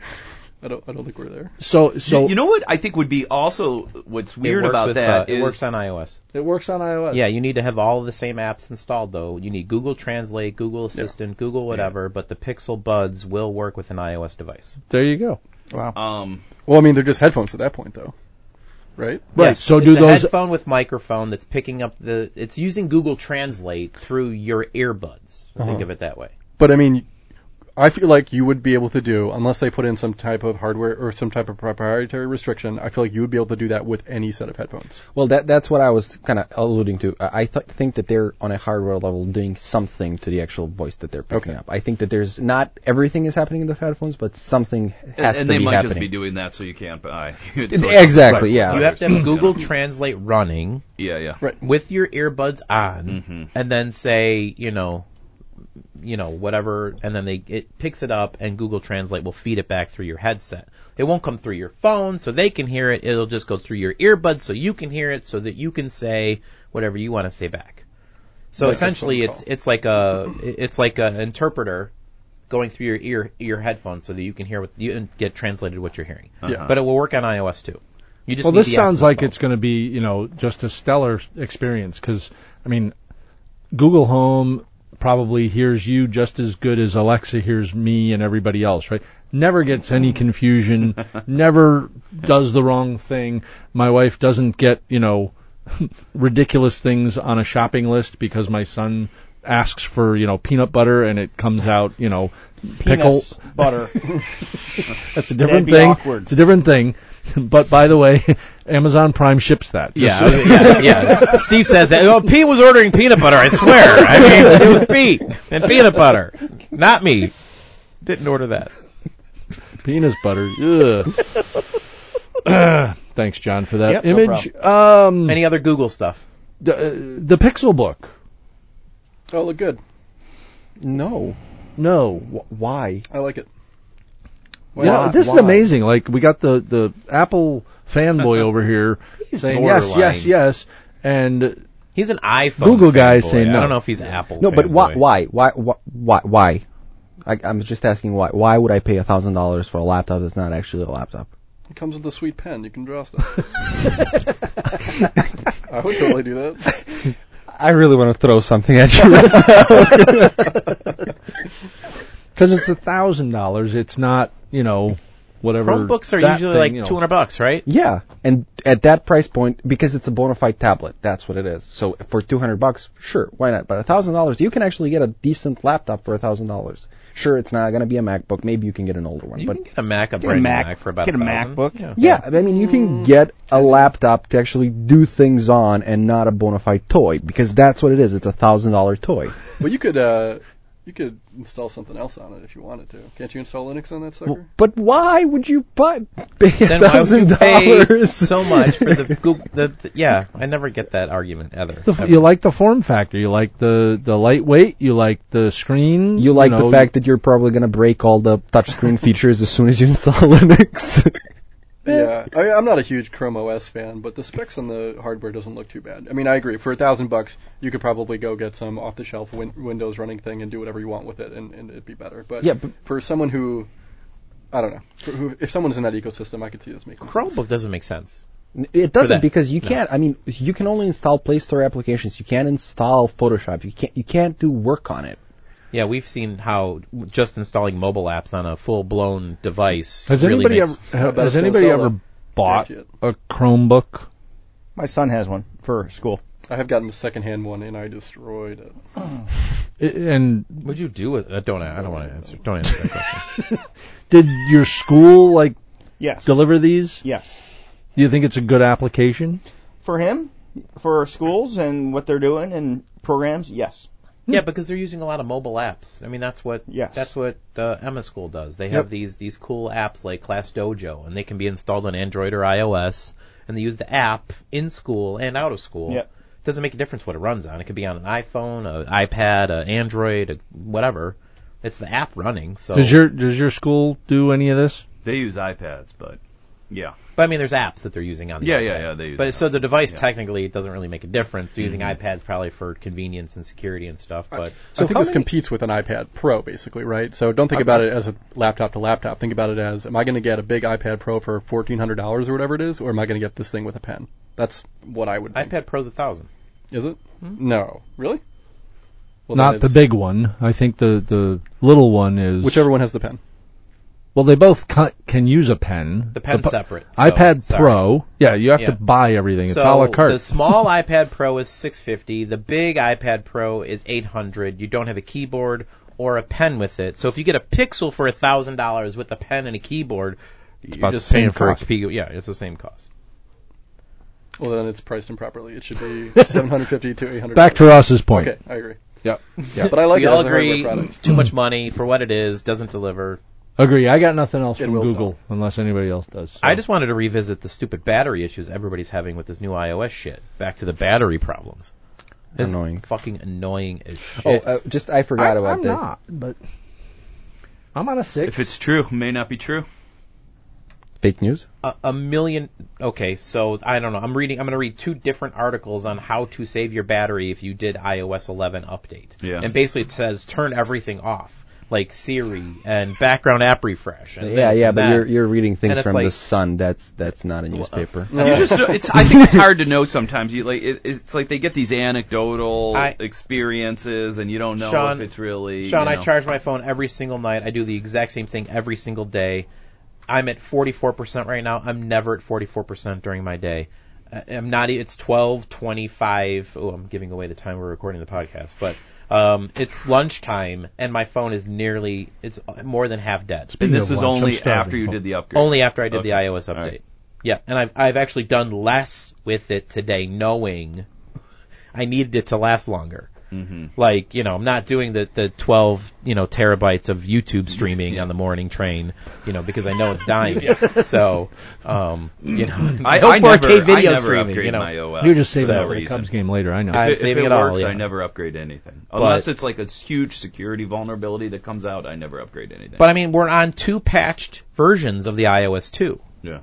C: I don't I don't think we're there.
F: so so
A: you, you know what I think would be also what's
D: It
A: weird
D: worked
A: about
D: with,
A: that
D: uh,
A: is-
D: it works on iOS.
F: it works on iOS.
D: Yeah, you need to have all the same apps installed though. You need Google Translate, Google Assistant, Google whatever, but the Pixel Buds will work with an iOS device.
F: There you go.
C: Wow.
A: um
C: Well, I mean, they're just headphones at that point, though, right?
F: Right.
D: Yes,
F: so
D: it's
F: do
D: a
F: those
D: headphone with microphone that's picking up the it's using Google Translate through your earbuds.
F: Uh-huh.
D: Think of it that way.
C: But I mean, I feel like you would be able to do, unless they put in some type of hardware or some type of proprietary restriction. I feel like you would be able to do that with any set of headphones.
H: Well, that that's what I was kind of alluding to. I I th- think that they're on a hardware level doing something to the actual voice that they're picking
C: Okay.
H: up. I think that there's not everything is happening in the headphones, but something has
A: and
H: to
A: they
H: be
A: might
H: happening.
A: just be doing that so you can't uh, buy
H: exactly,
A: Oh,
H: yeah.
D: You have to have Google Translate running
A: yeah yeah
D: with your earbuds on
C: Mm-hmm.
D: and then say, you know, you know, whatever and then they it picks it up and Google Translate will feed it back through your headset. It won't come through your phone so they can hear it. It'll just go through your earbuds so you can hear it so that you can say whatever you want to say back. So
C: Like a
D: essentially
C: phone
D: it's it's like a it's like an interpreter going through your ear your headphones so that you can hear what you and get translated what you're hearing.
C: Yeah.
D: But it will work on iOS too. You just
F: Well,
D: need
F: this
D: the apps
F: sounds like
D: installed.
F: it's going to be, you know, just a stellar experience because, I mean, Google Home probably hears you just as good as Alexa hears me and everybody else, right? Never gets any confusion, never does the wrong thing. My wife doesn't get, you know, ridiculous things on a shopping list because my son asks for, you know, peanut butter and it comes out, you know, pickle.
E: Penis butter.
F: That's a different
E: That'd be
F: thing.
E: awkward.
F: It's a different thing. But by the way, Amazon Prime ships that. Just
D: Yeah, yeah, yeah. Steve says that. Oh, Pete was ordering peanut butter. I swear. I mean, it was Pete and peanut butter, not me. Didn't order that.
F: penis butter. Ugh. Thanks, John, for that
E: Yep, no
F: image. um,
D: Any other Google stuff?
F: the, uh, the Pixel Book.
C: Oh, look good.
H: no,
F: No.
H: Wh- why?
C: I like it.
F: Yeah, this is
H: why?
F: amazing. Like we got the the Apple fanboy over here saying yes, yes,
D: borderline.
F: yes, and
D: He's an iPhone.
F: Google guy
D: fanboy.
F: saying
D: I
F: no.
D: don't know if he's Apple.
H: No, but why?
D: fanboy.
H: Why? Why? Why? Why? why? I, I'm just asking why. Why would I pay a thousand dollars for a laptop that's not actually a laptop?
C: It comes with a sweet pen. You can draw stuff. I would totally do that.
H: I really want to throw something at you.
F: because it's a thousand dollars, it's not you know whatever.
D: Chromebooks are
F: that
D: usually
F: thing,
D: like
F: you know.
D: 200 bucks, right?
H: Yeah, and at that price point, because it's a bona fide tablet, that's what it is. So for two hundred bucks, sure, why not? But a thousand dollars, you can actually get a decent laptop for a thousand dollars. Sure, it's not going to be a MacBook. Maybe you can get an older one,
D: You
H: but
D: can get a Mac, a
E: Get a
D: brand new
E: Mac,
D: Mac for about
E: get a
D: 1,000.
E: MacBook.
D: Yeah.
H: yeah, I mean, you can get a laptop to actually do things on and not a bona fide toy because that's what it is. It's a thousand dollar toy.
C: But you could uh, you could install something else on it if you wanted to. Can't you install Linux on that sucker?
H: But why would you buy pay a
D: Then why would
H: thousand
D: you pay
H: dollars?
D: so much for the Google? The, the- yeah, I never get that argument either.
F: The f- you like the form factor. You like the the lightweight. You like the screen.
H: You like
F: know,
H: the fact that you're probably going to break all the touchscreen features as soon as you install Linux.
C: Yeah,
H: Eh.
C: I mean, I'm not a huge Chrome OS fan, but the specs on the hardware doesn't look too bad. I mean, I agree. For a thousand bucks, you could probably go get some off-the-shelf win- Windows running thing and do whatever you want with it, and, and it'd be better. But,
H: Yeah, but-
C: for someone who, I don't know, for who, if someone's in that ecosystem, I could see this making sense.
D: Chromebook doesn't make sense.
H: It doesn't
D: that.
H: because you can't. I mean, you can only install Play Store applications. You can't install Photoshop. You can't. You can't do work on it.
D: Yeah, we've seen how just installing mobile apps on a full blown device
F: Has
D: really
F: anybody
D: makes,
F: ever ha-
C: about
F: has
C: it's gonna
F: anybody
C: sell
F: ever
C: it?
F: bought
C: Jacked
F: a Chromebook?
E: My son has one for school.
C: I have gotten a secondhand one, and I destroyed it.
F: I- And
D: What'd you do with? Uh, don't I don't want to answer. Don't answer that question.
F: did your school like
E: Yes.
F: deliver these?
E: Yes.
F: Do you think it's a good application?
E: For him, for schools and what they're doing and programs, yes.
D: yeah, because they're using a lot of mobile apps. I mean, that's what
E: Yes.
D: that's what uh, Emma School does. They have these these cool apps like Class Dojo, and they can be installed on Android or iOS, and they use the app in school and out of school.
E: Yep.
D: It doesn't make a difference what it runs on. It could be on an iPhone, an iPad, an Android, a whatever. It's the app running.
C: Oh.
D: So
F: Does your does your school do any of this?
A: They use iPads, but yeah,
D: But I mean, there's apps that they're using on. The
A: yeah,
D: iPad.
A: yeah, yeah. They use.
D: But
A: iPads.
D: so the device
A: Yeah. Mm-hmm.
D: technically it doesn't really make a difference. They're using iPads probably for convenience and security and stuff. But
C: I think
H: how
C: this
H: many-
C: competes with an iPad Pro, basically, right? So don't think about it as a laptop to laptop. Think about it as, am I going to get a big iPad Pro for fourteen hundred dollars or whatever it is, or am I going to get this thing with a pen? That's what I would. Think.
D: iPad Pro's a thousand.
C: Is it? No, really? Well,
F: Hmm? Not
C: then
F: the
C: it's-
F: big one. I think the the little one is
C: Whichever one has the pen.
F: Well, they both ca- can use a pen.
D: The pen's
F: pu-
D: separate. so-
F: iPad
D: sorry.
F: Pro. Yeah, you have
D: Yeah.
F: to buy everything. It's
D: so
F: a la carte.
D: the small iPad Pro is 650. The big iPad Pro is 800. You don't have a keyboard or a pen with it. So if you get a Pixel for a thousand dollars with a pen and a keyboard, you're
F: about
D: just
F: the same
D: paying for
F: cost.
D: a keyboard. Yeah, it's the same cost.
C: Well, then it's priced improperly. It should be seven hundred fifty to eight hundred.
F: Back to Ross's point.
C: Okay, I agree.
F: Yep.
C: But I like
D: we
C: it
D: all
C: as a hardware
D: agree.
C: product.
D: Too much money for what it is doesn't deliver.
F: Agree. I got nothing else
C: It
F: from
C: will sell.
F: Google unless anybody else does. so.
H: Oh.
D: I just wanted to revisit the stupid battery issues everybody's having with this new iOS shit. Back to the battery problems. It's
H: Annoying.
D: Fucking annoying as
H: Oh,
D: shit.
H: uh, just I forgot about
F: I'm
H: this.
F: not, but I'm on a six.
A: if it's true, may not be true.
H: Fake news.
D: a, a million. Okay, so I don't know. I'm reading. I'm going to read two different articles on how to save your battery if you did iOS 11 update.
A: Yeah.
D: And basically, it says turn everything off, like Siri and background app refresh. And
H: Yeah,
D: this
H: yeah,
D: and
H: but
D: that.
H: you're you're reading things
D: And it's
H: from the
D: like-
H: Sun. That's that's not a newspaper.
A: You just know, it's I think it's hard to know sometimes. You like it, it's like they get these anecdotal
D: I-
A: experiences and you don't know
D: Sean-
A: if it's really
D: Sean,
A: you
D: I
A: know.
D: charge my phone every single night. I do the exact same thing every single day. I'm at 44% right now. I'm never at 44% during my day. I- I'm not. e- It's 12:25. Oh, I'm giving away the time we're recording the podcast, but um, it's lunchtime and my phone is nearly. It's more than half dead.
A: And this
F: Speaking of
A: is
F: lunch, I'm
A: only
F: starving.
A: after you did the upgrade.
D: Only after I did
A: Okay.
D: the iOS update.
A: All right.
D: Yeah, and I've I've actually done less with it today, knowing I needed it to last longer. Mm-hmm. Like you know, I'm not doing the the 12 you know terabytes of
A: Mm-hmm.
D: YouTube streaming on the morning train, you know, because I know it's dying. So, um, you know,
A: I,
D: no
A: I
D: 4K
A: never,
D: video
A: I never
D: streaming.
A: upgrade
D: You know,
A: my OS.
F: You're just saving
A: for
F: that
A: no
F: for the
A: reason.
F: Cubs game later. I know.
D: I- I'm
A: if, if
D: saving
A: it
D: it all,
A: works,
D: yeah.
A: I never upgrade anything. Unless
D: But-
A: it's like a huge security vulnerability that comes out, I never upgrade anything.
D: but I mean, we're on two patched versions of the iOS 2.
A: yeah.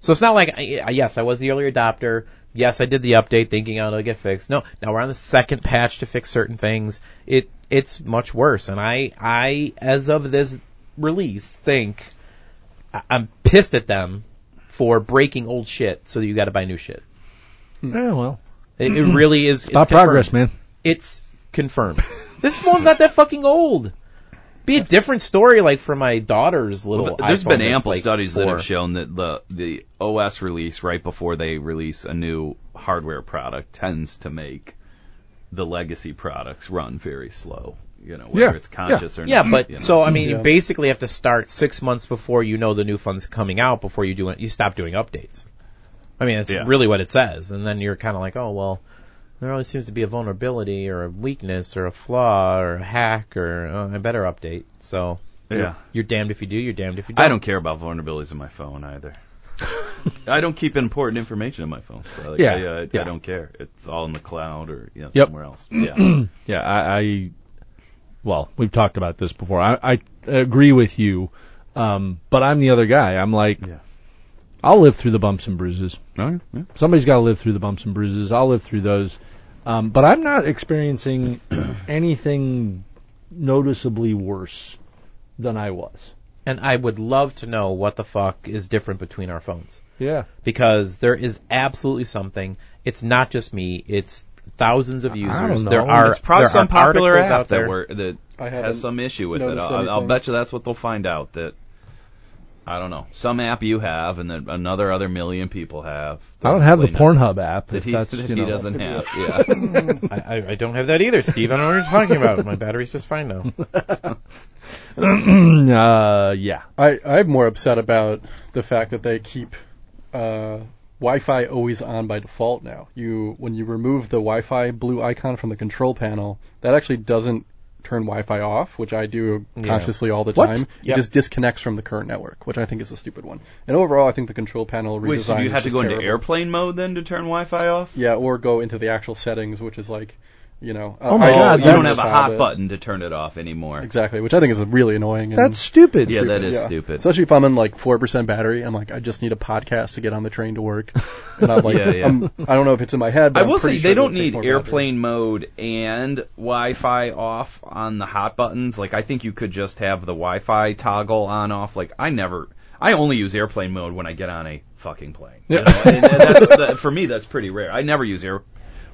D: So it's not like, I- I- yes, I was the early adopter. Yes, I did the update thinking oh, it'll get fixed. No, now we're on the second patch to fix certain things. It it's much worse, and I I as of this release think I- I'm pissed at them for breaking old shit so that you got to buy new shit.
F: Yeah, Eh, well,
D: It, it really is. It's
F: about
D: confirmed.
F: progress, man.
D: It's confirmed. this phone's not that fucking old. be a different story, like for my daughter's little.
A: Well, th- There's
D: iPhone
A: been
D: that's,
A: ample
D: like,
A: studies that
D: four.
A: have shown that the the OS release right before they release a new hardware product tends to make the legacy products run very slow. You know, whether
F: Yeah,
A: it's conscious or
D: Yeah,
A: not.
D: but
A: you know.
D: so I mean,
C: Yeah.
D: you basically have to start six months before you know the new fun's coming out before you do it. You stop doing updates. I mean, that's
A: Yeah.
D: really what it says, and then you're kind of like, oh well, there always seems to be a vulnerability or a weakness or a flaw or a hack or uh, I better update. So
A: yeah.
D: you're damned if you do, you're damned if you don't.
A: I don't care about vulnerabilities in my phone either. I don't keep important information on my phone, so like,
F: Yeah,
A: I, uh,
F: yeah.
A: I don't care. It's all in the cloud or you know,
F: Yep.
A: somewhere else.
C: Mm-hmm.
A: Yeah,
F: Yeah, I, I well, we've talked about this before. I, I agree with you, um, but I'm the other guy. I'm like,
A: Yeah.
F: I'll live through the bumps and bruises.
A: no, yeah.
F: Somebody's got to live through the bumps and bruises. I'll live through those, um, but I'm not experiencing anything noticeably worse than I was.
D: And I would love to know what the fuck is different between our phones.
F: Yeah,
D: because there is absolutely something. It's not just me. It's thousands of users.
F: don't know.
D: There are
F: It's
A: probably
D: there
A: some
D: are
A: popular
D: articles
A: app
D: out there.
A: that were, that
C: I haven't
D: uh,
A: has some issue with it.
C: noticed
A: I'll, I'll
C: anything.
A: bet you that's what they'll find out that I don't know some app you have and that another other million people have.
F: I don't have the
A: Complain us
F: Pornhub app.
A: that
F: If
A: he,
F: that's,
A: that
F: you
A: he
F: know.
A: doesn't have. Yeah,
D: I, I, I don't have that either, Steve. I don't know what you're talking about. My battery's just fine now.
F: Uh, yeah.
C: I, I'm more upset about the fact that they keep uh, Wi-Fi always on by default now. You when you remove the Wi-Fi blue icon from the control panel, that actually doesn't turn Wi-Fi off, which I do consciously all the
F: What?
C: time. It
E: Yep.
C: just disconnects from the current network, which I think is a stupid one. And overall, I think the control panel redesign.
A: wait. So do you
C: is
A: have to
C: just
A: go into
C: terrible.
A: airplane mode then to turn Wi-Fi off?
C: Yeah, or go into the actual settings, which is like, you know,
F: Oh my
C: I-
A: Oh,
F: God,
A: you don't
F: that's-
A: have a
C: reconcile
A: hot
C: it.
A: button to turn it off anymore.
C: Exactly, which I think is really annoying. And
F: That's stupid.
A: Yeah, that
C: stupid,
A: is
C: yeah.
A: stupid.
C: Especially if I'm on like four percent battery, I'm like, I just need a podcast to get on the train to work. And I'm like,
A: Yeah, yeah.
C: I'm- I don't know if it's in my head. But
A: I
C: I'm
A: will
C: pretty
A: say
C: sure
A: they don't
C: it'll take
A: need
C: more
A: airplane mode and Wi-Fi off on the hot buttons. Like I think you could just have the Wi-Fi toggle on off. Like I never, I only use airplane mode when I get on a fucking plane. You know? and that's, that, for me, that's pretty rare. I never use air.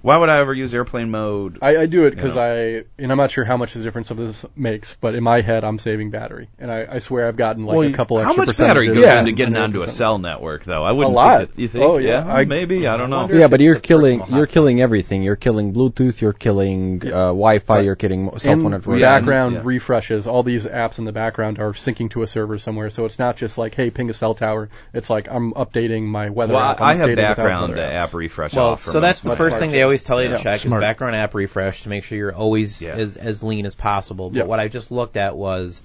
A: Why would I ever use airplane mode?
C: battery. I, I do it because
A: You know.
C: I, and I'm not sure how much the difference of this makes, but in my head, I'm saving battery, and I, I swear I've gotten like
F: Well,
C: a couple
A: How
C: Uh, extra
A: much battery
C: percentages
A: goes
F: Yeah.
A: into getting
C: 100%.
A: onto a cell network, though? I wouldn't.
C: lot.
A: Think it, you think?
C: Oh, yeah. I-
A: maybe. I don't know.
H: Yeah, but you're
D: It's a personal
H: killing you're
D: hotspot.
H: killing everything. You're killing Bluetooth. You're killing uh, Wi-Fi. You're killing mo- cell
C: And
H: phone network.
C: background
A: Yeah.
C: refreshes. All these apps in the background are syncing to a server somewhere, so it's not just like, hey, ping a cell tower. It's like I'm updating my weather.
A: Well, I,
C: app. I'm
A: I have
C: updating a thousand
A: background
C: other apps.
A: app refresh
D: Well,
A: off. for
D: so that's
A: most
D: the
A: of my
D: first thing they always tell you to
C: Yeah.
D: check
F: Smart.
D: is background app refresh to make sure you're always
A: Yeah.
D: as as lean as possible. But
C: Yeah.
D: what I just looked at was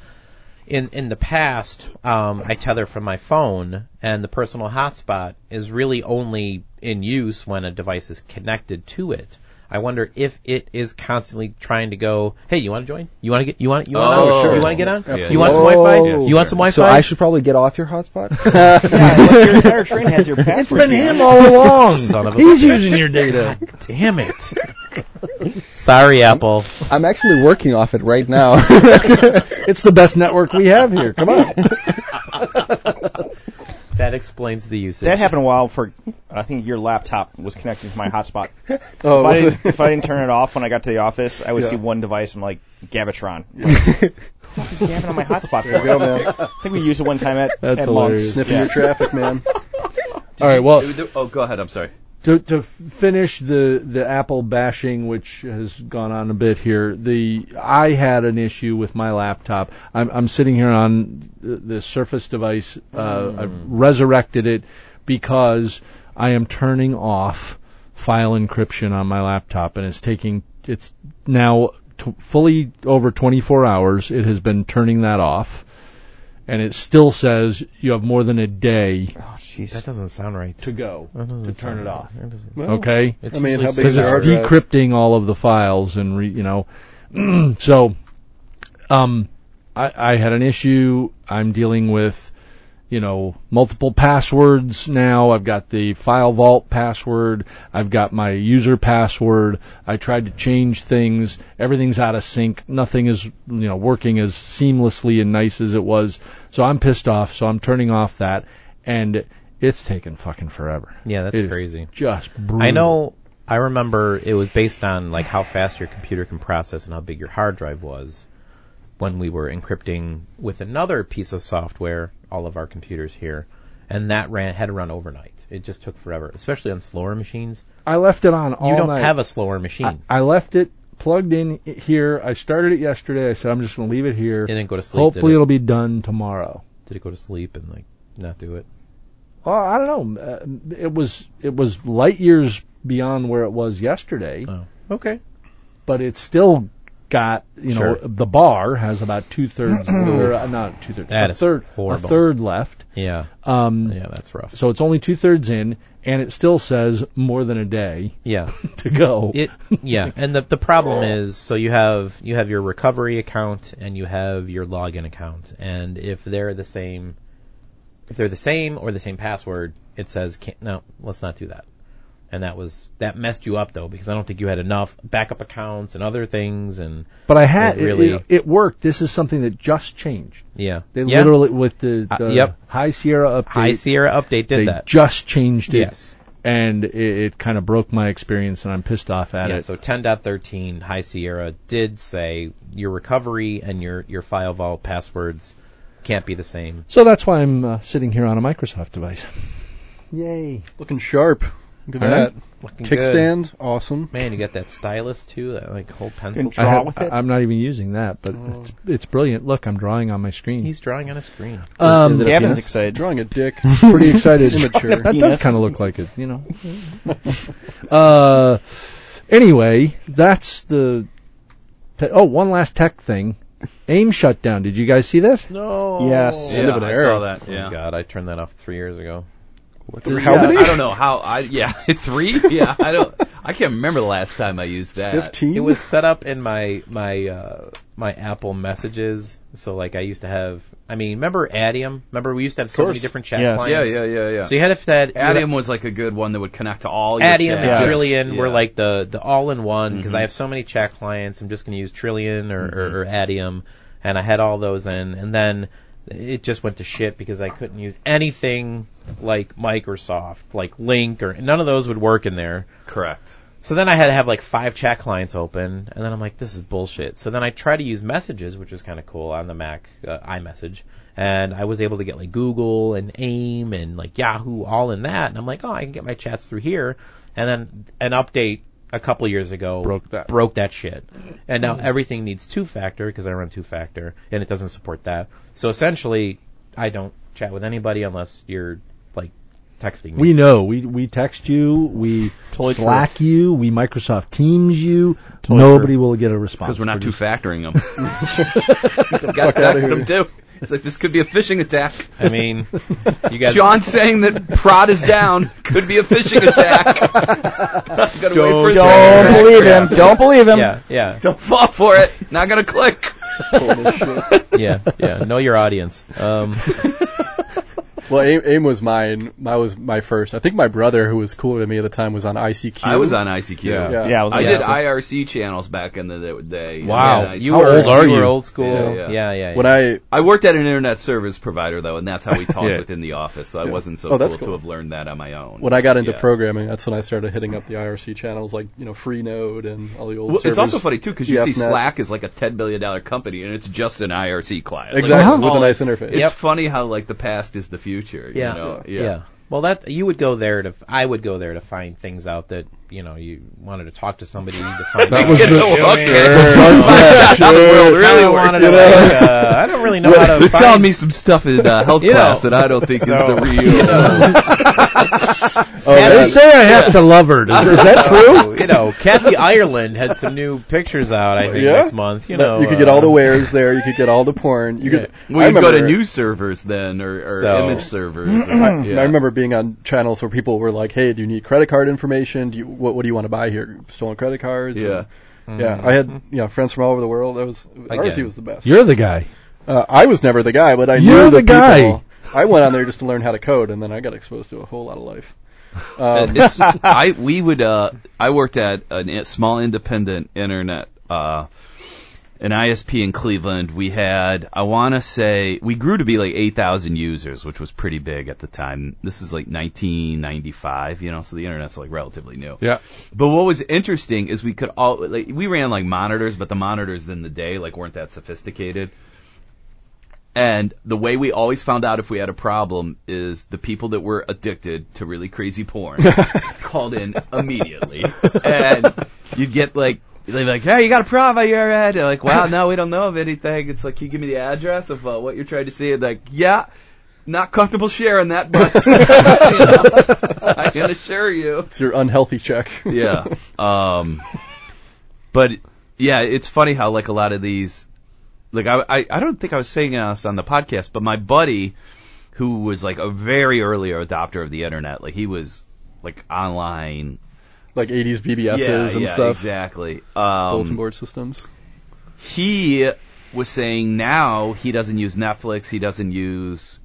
D: in in the past, um, I tether from my phone, and the personal hotspot is really only in use when a device is connected to it. I wonder if it is constantly trying to go. Hey, you want to join? You want to get? You want? You want?
A: Oh,
D: on?
A: sure.
D: You want to get on?
A: Absolutely.
D: You want some
H: Whoa.
D: Wi-Fi?
H: Yeah, Oh,
D: you want some Wi-Fi?
H: So I should probably get off your hotspot.
E: Yeah, it's like your entire train has your password. It's been him
F: All along,
D: Son of a-
F: he's using your data.
D: Damn it! Sorry, Apple.
H: I'm actually working off it right now.
F: It's the best network we have here. Come on.
D: That explains the usage.
E: That happened a while for I think your laptop was connected to my hotspot.
C: Oh,
E: If I,
C: was it-
E: didn't, if I didn't turn it off when I got to the office, I would
C: Yeah.
E: see one device. I'm like, Gavatron. Like, what is Gavin on my hotspot for?
C: Go, man.
E: I think we used it one time at,
F: That's
E: at Monk.
F: hilarious.
C: Sniffing your traffic, man.
F: All right. Well,
A: Oh, go ahead. I'm sorry.
F: to to finish the the Apple bashing, which has gone on a bit here. The I had an issue with my laptop. I'm I'm sitting here on the, the Surface device. Uh, I've
D: Hmm.
F: resurrected it because I am turning off file encryption on my laptop, and it's taking it's now t- fully over 24 hours. It has been turning that off. And it still says you have more than a day
D: Oh, That doesn't sound right.
F: to go
D: That doesn't
F: to turn
D: sound
F: it
D: right. Oh,
F: off.
D: That doesn't-
C: Well,
F: Okay,
D: It's
C: I mean,
D: usually
C: how big
D: six
C: is
F: because
C: Big
F: it's
C: hard
D: hours.
C: drive.
F: decrypting all of the files and re, you know so um I, I had an issue i'm dealing with you know multiple passwords now i've got the file vault password i've got my user password i tried to change things everything's out of sync nothing is you know working as seamlessly and nice as it was so i'm pissed off so i'm turning off that and it's taken fucking forever
D: Yeah, that's
F: It is
D: crazy.
F: just brutal.
D: I know. I remember it was based on like how fast your computer can process and how big your hard drive was. when we were encrypting with another piece of software all of our computers here, and that ran had to run overnight. It just took forever, especially on slower machines.
F: I left it on all
D: you don't
F: night.
D: have a slower machine.
F: I, I left it plugged in here. I started it yesterday. I said I'm just going to leave it here.
D: It didn't go to sleep,
F: Hopefully
D: did it?
F: will be done tomorrow.
D: Did it go to sleep and like not do it?
F: Well, I don't know. Uh, It was it was light years beyond where it was yesterday,
D: Oh, okay.
F: but it's still got you know
D: Sure.
F: the bar has about two thirds or uh, not two thirds
D: That
F: a
D: is
F: third
D: horrible.
F: a third left.
D: Yeah,
F: Um,
D: yeah, that's rough.
F: so it's only two thirds in, and it still says more than a day
D: yeah,
F: to go.
D: it yeah, and the the problem is so you have you have your recovery account and you have your login account, and if they're the same, if they're the same or the same password, it says can't, no, let's not do that. And that was that messed you up though because I don't think you had enough backup accounts and other things and
F: but I had
D: It really-
F: it, it, it worked. This is something that just changed.
D: yeah
F: They
D: yeah.
F: literally with the,
D: Uh,
F: the
D: yep.
F: High Sierra update.
D: High Sierra update did
F: they
D: that.
F: just changed it.
D: Yes.
F: And it, it kind of broke my experience, and I'm pissed off at
D: Yeah,
F: it.
D: so 10.13 High Sierra did say your recovery and your, your file vault passwords can't be the same.
F: So that's why I'm uh, sitting here on a Microsoft device. Yay.
C: Looking sharp. Look at
F: All
C: that.
F: right.
D: Looking good.
C: Kickstand, awesome.
D: Man, you got that stylus too, that like whole pencil.
E: Draw
F: I have-
E: with it? Oh.
F: I- I'm not even using that, but it's, it's brilliant. Look, I'm drawing on my screen.
D: He's drawing on a screen.
F: um,
H: Is it a
E: Gavin's
H: penis?
E: excited.
C: Drawing a dick.
F: pretty excited.
C: Immature.
F: That does
E: Yes.
F: kind of look like it, you know. uh, anyway, that's the. Te- oh, one last tech thing. AIM shutdown. Did you guys see this?
D: No.
E: Yes.
A: Yeah, I saw that.
D: Oh
A: Yeah.
D: God, I turned that off three years ago.
F: How
A: Yeah, Uh,
F: many?
A: I don't know how. I yeah, three. Yeah, I don't. I can't remember the last time I used that.
D: It
C: 15?
D: was set up in my my uh, my Apple messages. So like I used to have. I mean, remember Adium? Remember we used to have so many
E: course.
D: different chat
E: Yes.
A: Yeah,
D: clients.
A: yeah, yeah, yeah.
D: So you had to have that
A: Adium was like a good one that would connect to all. Your
D: Adium
A: chats.
D: and Trillion
A: Yeah.
D: were like the, the all in one because I have so many chat clients. I'm just going to use Trillion or, or, or Adium, and I had all those in, and then it just went to shit because I couldn't use anything like Microsoft, like Link, or none of those would work in there.
A: correct.
D: So then I had to have like five chat clients open, and then I'm like, this is bullshit. So then I tried to use messages, which is kind of cool on the Mac uh, iMessage, and I was able to get like Google and AIM and like Yahoo all in that, and I'm like, oh, I can get my chats through here, and then an update a couple years ago
F: Broke that.
D: broke that shit, and now everything needs two factor because I run two factor, and it doesn't support that. So essentially, I don't chat with anybody unless you're like texting me.
F: We know. We we text you. We Slack you. We Microsoft Teams you. Nobody will get a response
A: Because we're not two
F: We're just-
A: factoring them. Got to text them too. It's like this could be a phishing attack.
D: I mean, you guys.
A: Sean saying that Prod is down could be a phishing attack. Gotta
D: Don't-
A: wait for a
E: Don't
A: second.
E: believe him. Don't believe him.
D: Yeah, yeah.
A: Don't fall for it. Not gonna click.
D: yeah, yeah. Know your audience. Um,
C: Well, AIM, AIM was mine. I was my first. I think my brother, who was cooler than me at the time, was on ICQ.
A: I was on ICQ.
F: Yeah.
C: Yeah.
E: Yeah, I was
A: I
E: like,
A: did
E: yeah.
A: IRC channels back in the day. And
D: wow,
A: I-
D: you
A: How
D: were
A: old are
D: you were
A: you?
D: old school. Yeah,
A: Yeah,
D: yeah,
A: yeah.
D: yeah.
C: When I
A: I worked at an internet service provider though, and that's how we talked
F: Yeah.
A: within the office. So I wasn't so
C: Oh,
A: cool,
C: that's
A: to
C: cool.
A: have learned that on my own.
C: when I got into
A: Yeah.
C: programming, that's when I started hitting up the IRC channels, like you know Freenode and all the old.
A: Well,
C: servers.
A: it's also funny too because you see
C: EFNet.
A: Slack is like a ten billion dollar company, and it's just an IRC client. Like,
C: Exactly,
A: it's
C: with a
A: all-
C: nice interface.
A: It's
D: Yep.
A: funny how like the past is the future. you
D: Yeah.
A: know?
D: yeah. Well, that you would go there to. I would go there to find things out that you know you wanted to talk to somebody to find out.
A: Get the fuck out.
C: Yeah, sure.
D: I wanted to like, uh, I don't really know how to.
A: They're
D: find,
A: telling me some stuff in uh, health
D: You know.
A: class that I don't think is
D: So-
A: the real.
F: They
D: Kathy,
F: say I have to love her. Is, is that true?
D: you know, Kathy Ireland had some new pictures out. I think
C: Yeah.
D: next month. You know,
C: you could get all the
D: uh,
C: wares there. You could get all the porn. You could.
A: Well,
C: I
A: you go to
C: remember-
A: news servers then, or, or
D: So-
A: image servers. or- yeah.
C: I remember being on channels where people were like, "Hey, do you need credit card information? Do you what, what do you want to buy here? Stolen credit cards?"
A: Yeah.
C: And- yeah. I had you know friends from all over the world. That was IRC was the best.
F: You're the guy.
C: Uh, I was never the guy, but I
F: You're
C: knew
F: the guy.
C: people. I went on there just to learn how to code, and then I got exposed to a whole lot of life. Um,
A: it's, I we would uh I worked at a small independent internet uh an ISP in Cleveland. We had, I want to say, we grew to be like 8,000 users, which was pretty big at the time. This is like 1995, you know, so the internet's like relatively new.
F: Yeah.
A: But what was interesting is we could all, like, we ran like monitors, but the monitors in the day, like, weren't that sophisticated. And the way we always found out if we had a problem is the people that were addicted to really crazy porn called in immediately. And you'd get like, they'd be like, hey, you got a problem at your ad? They're like, wow, no, we don't know of anything. It's like, can you give me the address of uh, what you're trying to see? And like, yeah, not comfortable sharing that, but you know, I can assure you.
C: It's your unhealthy check.
A: Yeah. Um, but yeah, it's funny how like a lot of these like I, I I don't think I was saying this on the podcast, but my buddy, who was like a very early adopter of the internet, like he was like online.
C: like 80s BBSs
A: yeah,
C: and
A: yeah,
C: stuff.
A: exactly.
C: Bulletin
A: Um,
C: board systems.
A: he was saying now he doesn't use Netflix, he doesn't use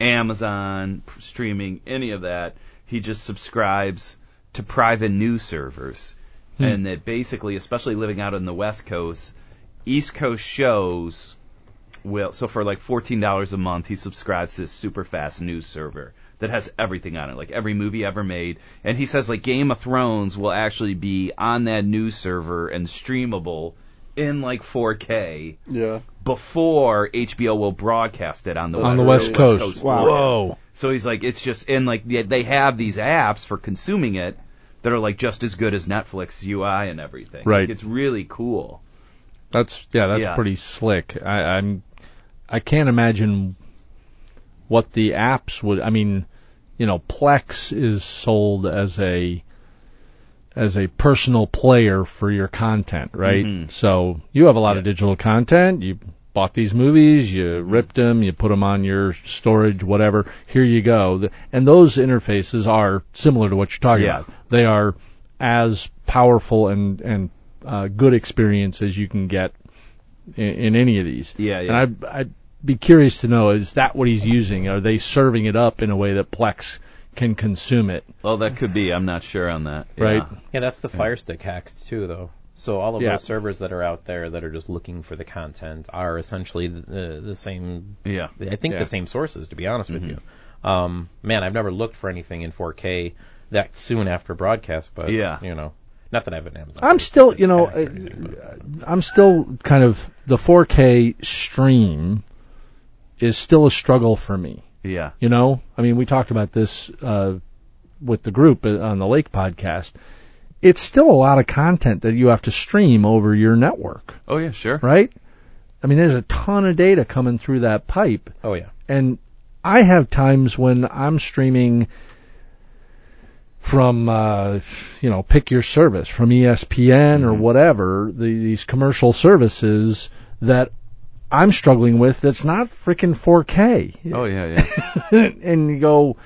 A: Amazon p- streaming, any of that. He just subscribes to private news servers, and that basically, especially living out on the West Coast, East Coast shows will so for like fourteen dollars a month he subscribes to this super fast news server that has everything on it, like every movie ever made. And he says like Game of Thrones will actually be on that news server and streamable in like four K
C: Yeah.
A: before HBO will broadcast it on the
C: On
F: on the
C: Really?
F: West Coast.
E: Wow.
F: Whoa.
A: So he's like, it's just and like they- they have these apps for consuming it that are like just as good as Netflix UI and everything.
F: Right.
A: Like, it's really cool.
F: That's yeah, that's
A: Yeah.
F: pretty slick. I, I'm I can't imagine what the apps would. I mean, you know, Plex is sold as a as a personal player for your content, right?
A: Mhm.
F: So you have a lot of
A: Yeah. Mm-hmm.
F: digital content. You bought these movies, you ripped them, you put them on your storage, whatever. Here you go. Th- And those interfaces are similar to what you're talking
A: Yeah.
F: about. They are as powerful and and uh, good experience as you can get in, in any of these.
A: Yeah, yeah.
F: And I, I'd be curious to know is that what he's using? Are they serving it up in a way that Plex can consume it?
A: Well, that could be. I'm not sure on that. Yeah.
F: Right.
D: Yeah, that's the Fire Stick hacks too, though. So all of
F: Yeah.
D: those servers that are out there that are just looking for the content are essentially the, the same.
A: Yeah.
D: I think
F: Yeah.
D: the same sources, to be honest with you. Um, man, I've never looked for anything in 4K that soon after broadcast, but
A: Yeah.
D: you know, not that I have an Amazon.
F: I'm
D: account
F: still,
D: that's
F: you know, uh,
D: hacked or anything.
F: I'm still kind of the 4K stream is still a struggle for me.
A: Yeah.
F: You know, I mean, we talked about this uh, with the group uh, on the Lake podcast. It's still a lot of content that you have to stream over your network,
A: Oh yeah, sure.
F: right? I mean, there's a ton of data coming through that pipe,
D: Oh yeah.
F: and I have times when I'm streaming from uh, you know pick your service from E ESPN or whatever the, these commercial services that I'm struggling with that's not freaking 4K
A: Oh yeah, yeah.
F: and you go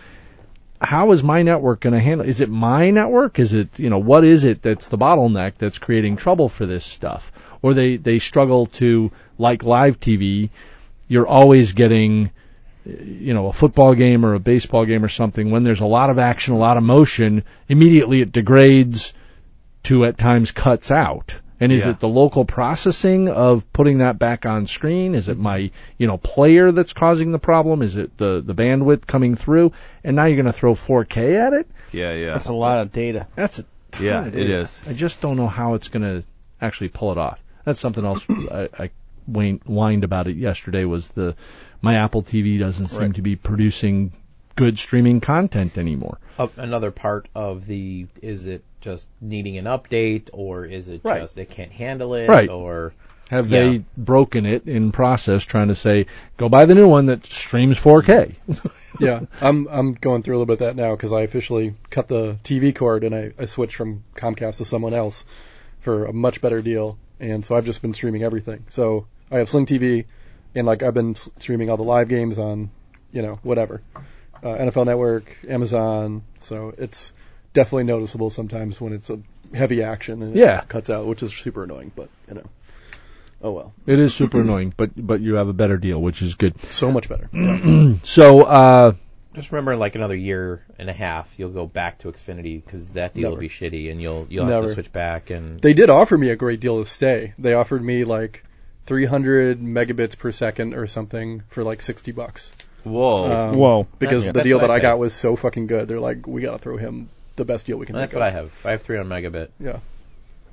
F: how is my network going to handle is it my network is it you know what is it that's the bottleneck that's creating trouble for this stuff or they they struggle to like live tv you're always getting you know a football game or a baseball game or something when there's a lot of action a lot of motion immediately it degrades to at times cuts out and is
A: Yeah.
F: it the local processing of putting that back on screen is it my you know player that's causing the problem is it the the bandwidth coming through and now you're going to throw 4k at it
A: Yeah, yeah.
E: That's a lot of data.
F: that's a ton
A: Yeah,
F: of
A: it
F: data.
A: is.
F: i just don't know how it's going to actually pull it off that's something else i, I whin- whined about it yesterday was the my apple tv doesn't seem to be producing good streaming content anymore
D: Uh, another part of the is it just needing an update or is it
F: Right.
D: just it can't handle it
F: Right.
D: or
F: Have
D: Yeah.
F: they broken it in process, trying to say, go buy the new one that streams 4K?
C: yeah, I'm I'm going through a little bit of that now because I officially cut the TV cord and I, I switched from Comcast to someone else for a much better deal, and so I've just been streaming everything. So I have Sling TV, and like I've been s- streaming all the live games on, you know, whatever, uh, NFL Network, Amazon. So it's definitely noticeable sometimes when it's a heavy action and
F: Yeah.
C: it cuts out, which is super annoying. But you know, oh well,
F: It is super annoying, but but you have a better deal, which is good.
C: so much better.
F: So, uh,
D: just remember in like another year and a half you'll go back to Xfinity because that deal will
C: Never.
D: be shitty and you'll you'll have
C: Never.
D: to switch back and
C: they did offer me a great deal to stay. They offered me like 300 megabits per second or something for like 60 bucks.
A: Whoa.
C: Um,
F: Whoa.
C: Because
D: That's-
C: the
D: that's
C: deal
D: what
C: that
D: I
C: I got
D: paid.
C: was so fucking good. They're like, we got to throw him the best deal we can.
D: And that's
C: think
D: what I
C: of."
D: have. I have three on megabit
C: Yeah.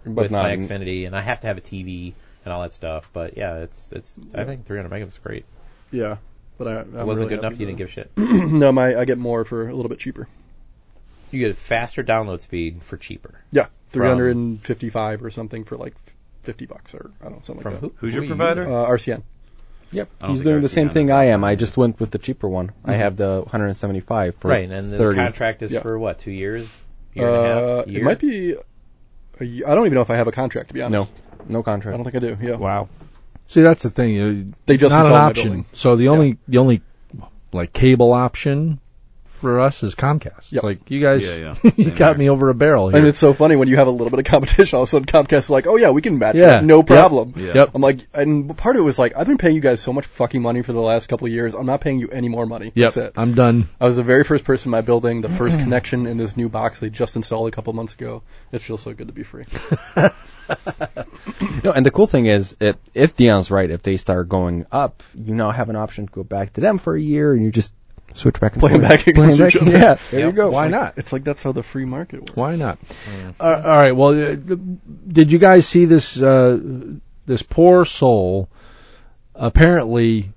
D: with
H: but
D: my
H: not
D: Xfinity, and I have to have a TV and all that stuff. But yeah, it's it's. I think 300 megabits is great.
C: Yeah. But I, I'm
D: It wasn't
C: really
D: good enough.
C: happy
D: You didn't
C: with
D: give a shit.
C: it. no, my I get more for a little bit cheaper.
D: You get faster download speed for um, cheaper.
C: Yeah, 355 or something for like 50 bucks or I don't know something
D: From
C: like
D: who?
A: Who's
D: who
A: your
D: are you
A: provider?
C: that.
D: using?
C: Uh, RCN.
H: Yep,
A: I don't
H: he's
A: think
H: doing
A: I've
H: the
A: seen
H: same
A: that
H: thing
A: as
H: I am. I just went with the cheaper one. I have the 175 for
D: Right, and the
H: 30.
D: contract is
C: Yeah.
D: for what? Two years? Year and a
C: Uh,
D: half? Year?
C: it might be. A year. I don't even know if I have a contract to be
H: No,
C: honest.
H: no
C: I
H: contract.
C: don't think I do. Yeah.
F: Wow. See, that's the thing. You,
C: They just
F: not an
C: installed my
F: option.
C: building.
F: So the only the only like cable option for us is Comcast. It's
C: Yep.
F: like you guys,
A: Yeah, yeah. Same
F: you got
A: here.
F: me over a barrel here.
C: And it's so funny when you have a little bit of competition. All of a sudden, Comcast is like, "Oh yeah, we can match
F: Yeah.
C: that, no
F: Yep.
C: problem."
A: Yeah.
F: Yep.
C: I'm like, and part of it was like, I've been paying you guys so much fucking money for the last couple of years. I'm not paying you any more money.
F: yep,
C: That's it.
F: I'm Mm-hmm. done.
C: I was the very first person in my building, the first connection in this new box they just installed a couple months ago. It feels so good to be free.
H: No, and the cool thing is, if if Dion's right, if they start going up, you now have an option to go back to them for a year, and you just switch back and
C: Play 'em
H: forth.
C: back
H: Play 'em
C: against
H: back-
C: each other.
H: Yeah, there you
D: Yep.
H: go.
F: Why not?
C: It's like that's how the free market works.
F: Why not? Uh, all right. Well, uh, did you guys see this? Uh, this poor soul. Apparently,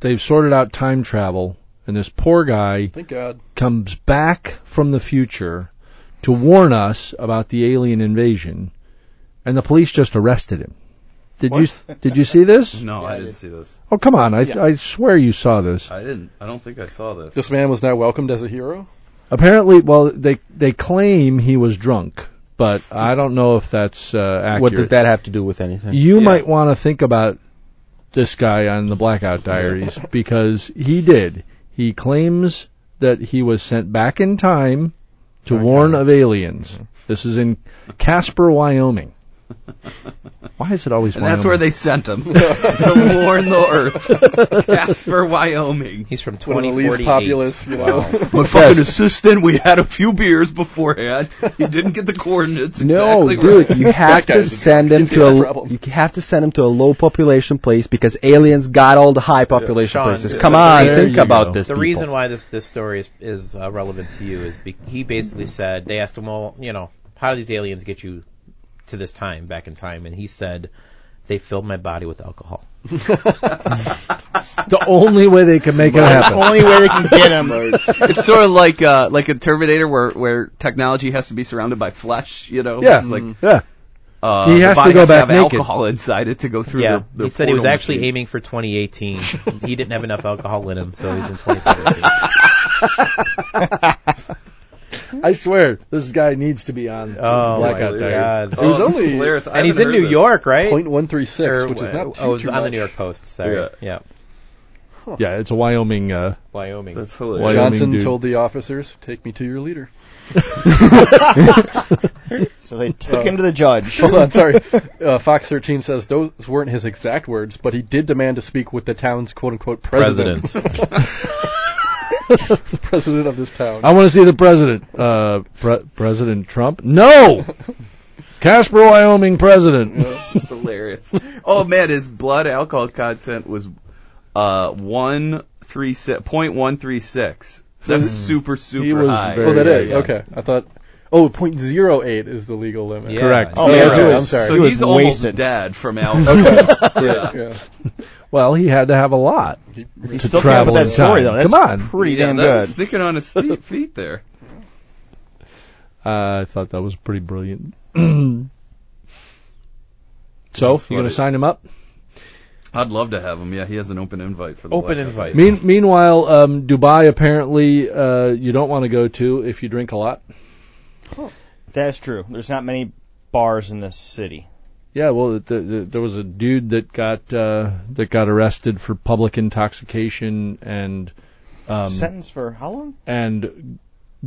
F: they've sorted out time travel, and this poor guy
C: Thank God.
F: comes back from the future to warn us about the alien invasion, and the police just arrested him. Did you did you see this?
A: No, I didn't see this.
F: Oh come on! I I swear you saw this.
A: I didn't. I don't think I saw this.
C: This man was now welcomed as a hero.
F: Apparently, well they they claim he was drunk, but I don't know if that's uh, accurate.
H: What does that have to do with anything?
F: You might want to think about this guy on the Blackout Diaries because he did. He claims that he was sent back in time to warn of aliens.
A: Mm-hmm.
F: This is in Casper, Wyoming. Why is it always
A: and
F: Wyoming?
A: that's where they sent him to warn the Earth, Casper, Wyoming.
D: He's from
C: One of the
D: 2048.
C: least populous, you know.
A: My fucking assistant. We had a few beers beforehand. He didn't get the coordinates.
H: No,
A: exactly
H: dude,
A: right.
H: you have to
C: guy's a-
H: send them
C: he's
H: to
C: got
H: a
C: a
H: l-
C: problem.
H: you have to send them to a low population place because aliens got all the high population
D: Sean,
H: places.
D: yeah,
H: Come
D: the
H: on,
F: reason-
H: think
F: There you
H: about
F: go.
H: this.
D: The
H: people.
D: reason why this this story is is uh, relevant to you is be- he basically said they asked him, well, you know, how do these aliens get you to this time back in time? And he said they filled my body with alcohol.
F: the only way they can make it
E: That's the
F: happen.
E: only way they can get him.
A: it's sort of like uh, like a Terminator where where technology has to be surrounded by flesh. You know,
F: Yeah. Mm-hmm.
A: It's like
F: Yeah.
A: uh,
F: He
A: the
F: has to
A: body
F: go
A: has have
F: back naked.
A: alcohol inside it to go through.
D: Mm-hmm. yeah,
A: their, their
D: he said he was
A: portal
D: actually
A: machine.
D: aiming for 2018. he didn't have enough alcohol in him, so he's in 2017.
F: I swear, this guy needs to be on
D: Oh my
F: Blackout Diaries.
D: god!
A: Oh,
C: was
A: this
C: only-
A: is hilarious. I
D: and he's in
A: haven't
D: New
A: heard this.
D: York, right?
C: Point one three six,
D: Or,
C: which is
D: uh,
C: not too,
D: oh, it was
C: too
D: on the
C: much.
D: New York Post. Sorry,
A: Yeah.
D: yeah,
F: Yeah, it's a Wyoming. Uh,
D: Wyoming.
A: That's
F: Why-
A: hilarious.
C: Johnson
F: Wyoming dude.
C: told the officers, "Take me to your leader."
E: So they took him to the judge.
C: Hold on, sorry. Uh, Fox 13 says those weren't his exact words, but he did demand to speak with the town's "quote unquote" president, the president of this town.
F: I want to see the president. Uh, pre- president Trump? No. Casper, Wyoming president.
A: This is hilarious. Oh man, his blood alcohol content was uh one three six point one three six. That's super super
F: Hmm. He was
A: high.
F: very-
C: oh, that
F: yeah,
C: is
F: yeah.
C: okay. I thought. Oh, point zero eight is the legal limit.
D: Yeah.
F: Correct.
E: Oh, man,
C: yeah,
E: he
C: I'm
E: was,
C: sorry.
A: so
E: he was
A: he's almost
E: wasted.
A: dead from alcohol. yeah.
C: Yeah.
F: Well, he had to have a lot.
E: He's
F: to
E: still coming up with
F: travel
E: that story,
F: in
E: though.
F: time.
E: That's
F: Come on.
E: pretty
A: yeah,
E: damn
A: that was
E: good.
A: sticking on his th- feet there.
F: Uh, I thought that was pretty brilliant. so, you
A: what
F: going
A: it-
F: to sign him up?
A: I'd love to have him. Yeah, he has an open invite for the
D: Open
A: Blackout.
D: invite.
F: Mean, meanwhile, um, Dubai apparently uh, you don't want to go to if you drink a lot.
E: That's true. There's not many bars in this city.
F: Yeah, well, the, the, there was a dude that got uh, that got arrested for public intoxication and um,
E: Sentence for how long?
F: and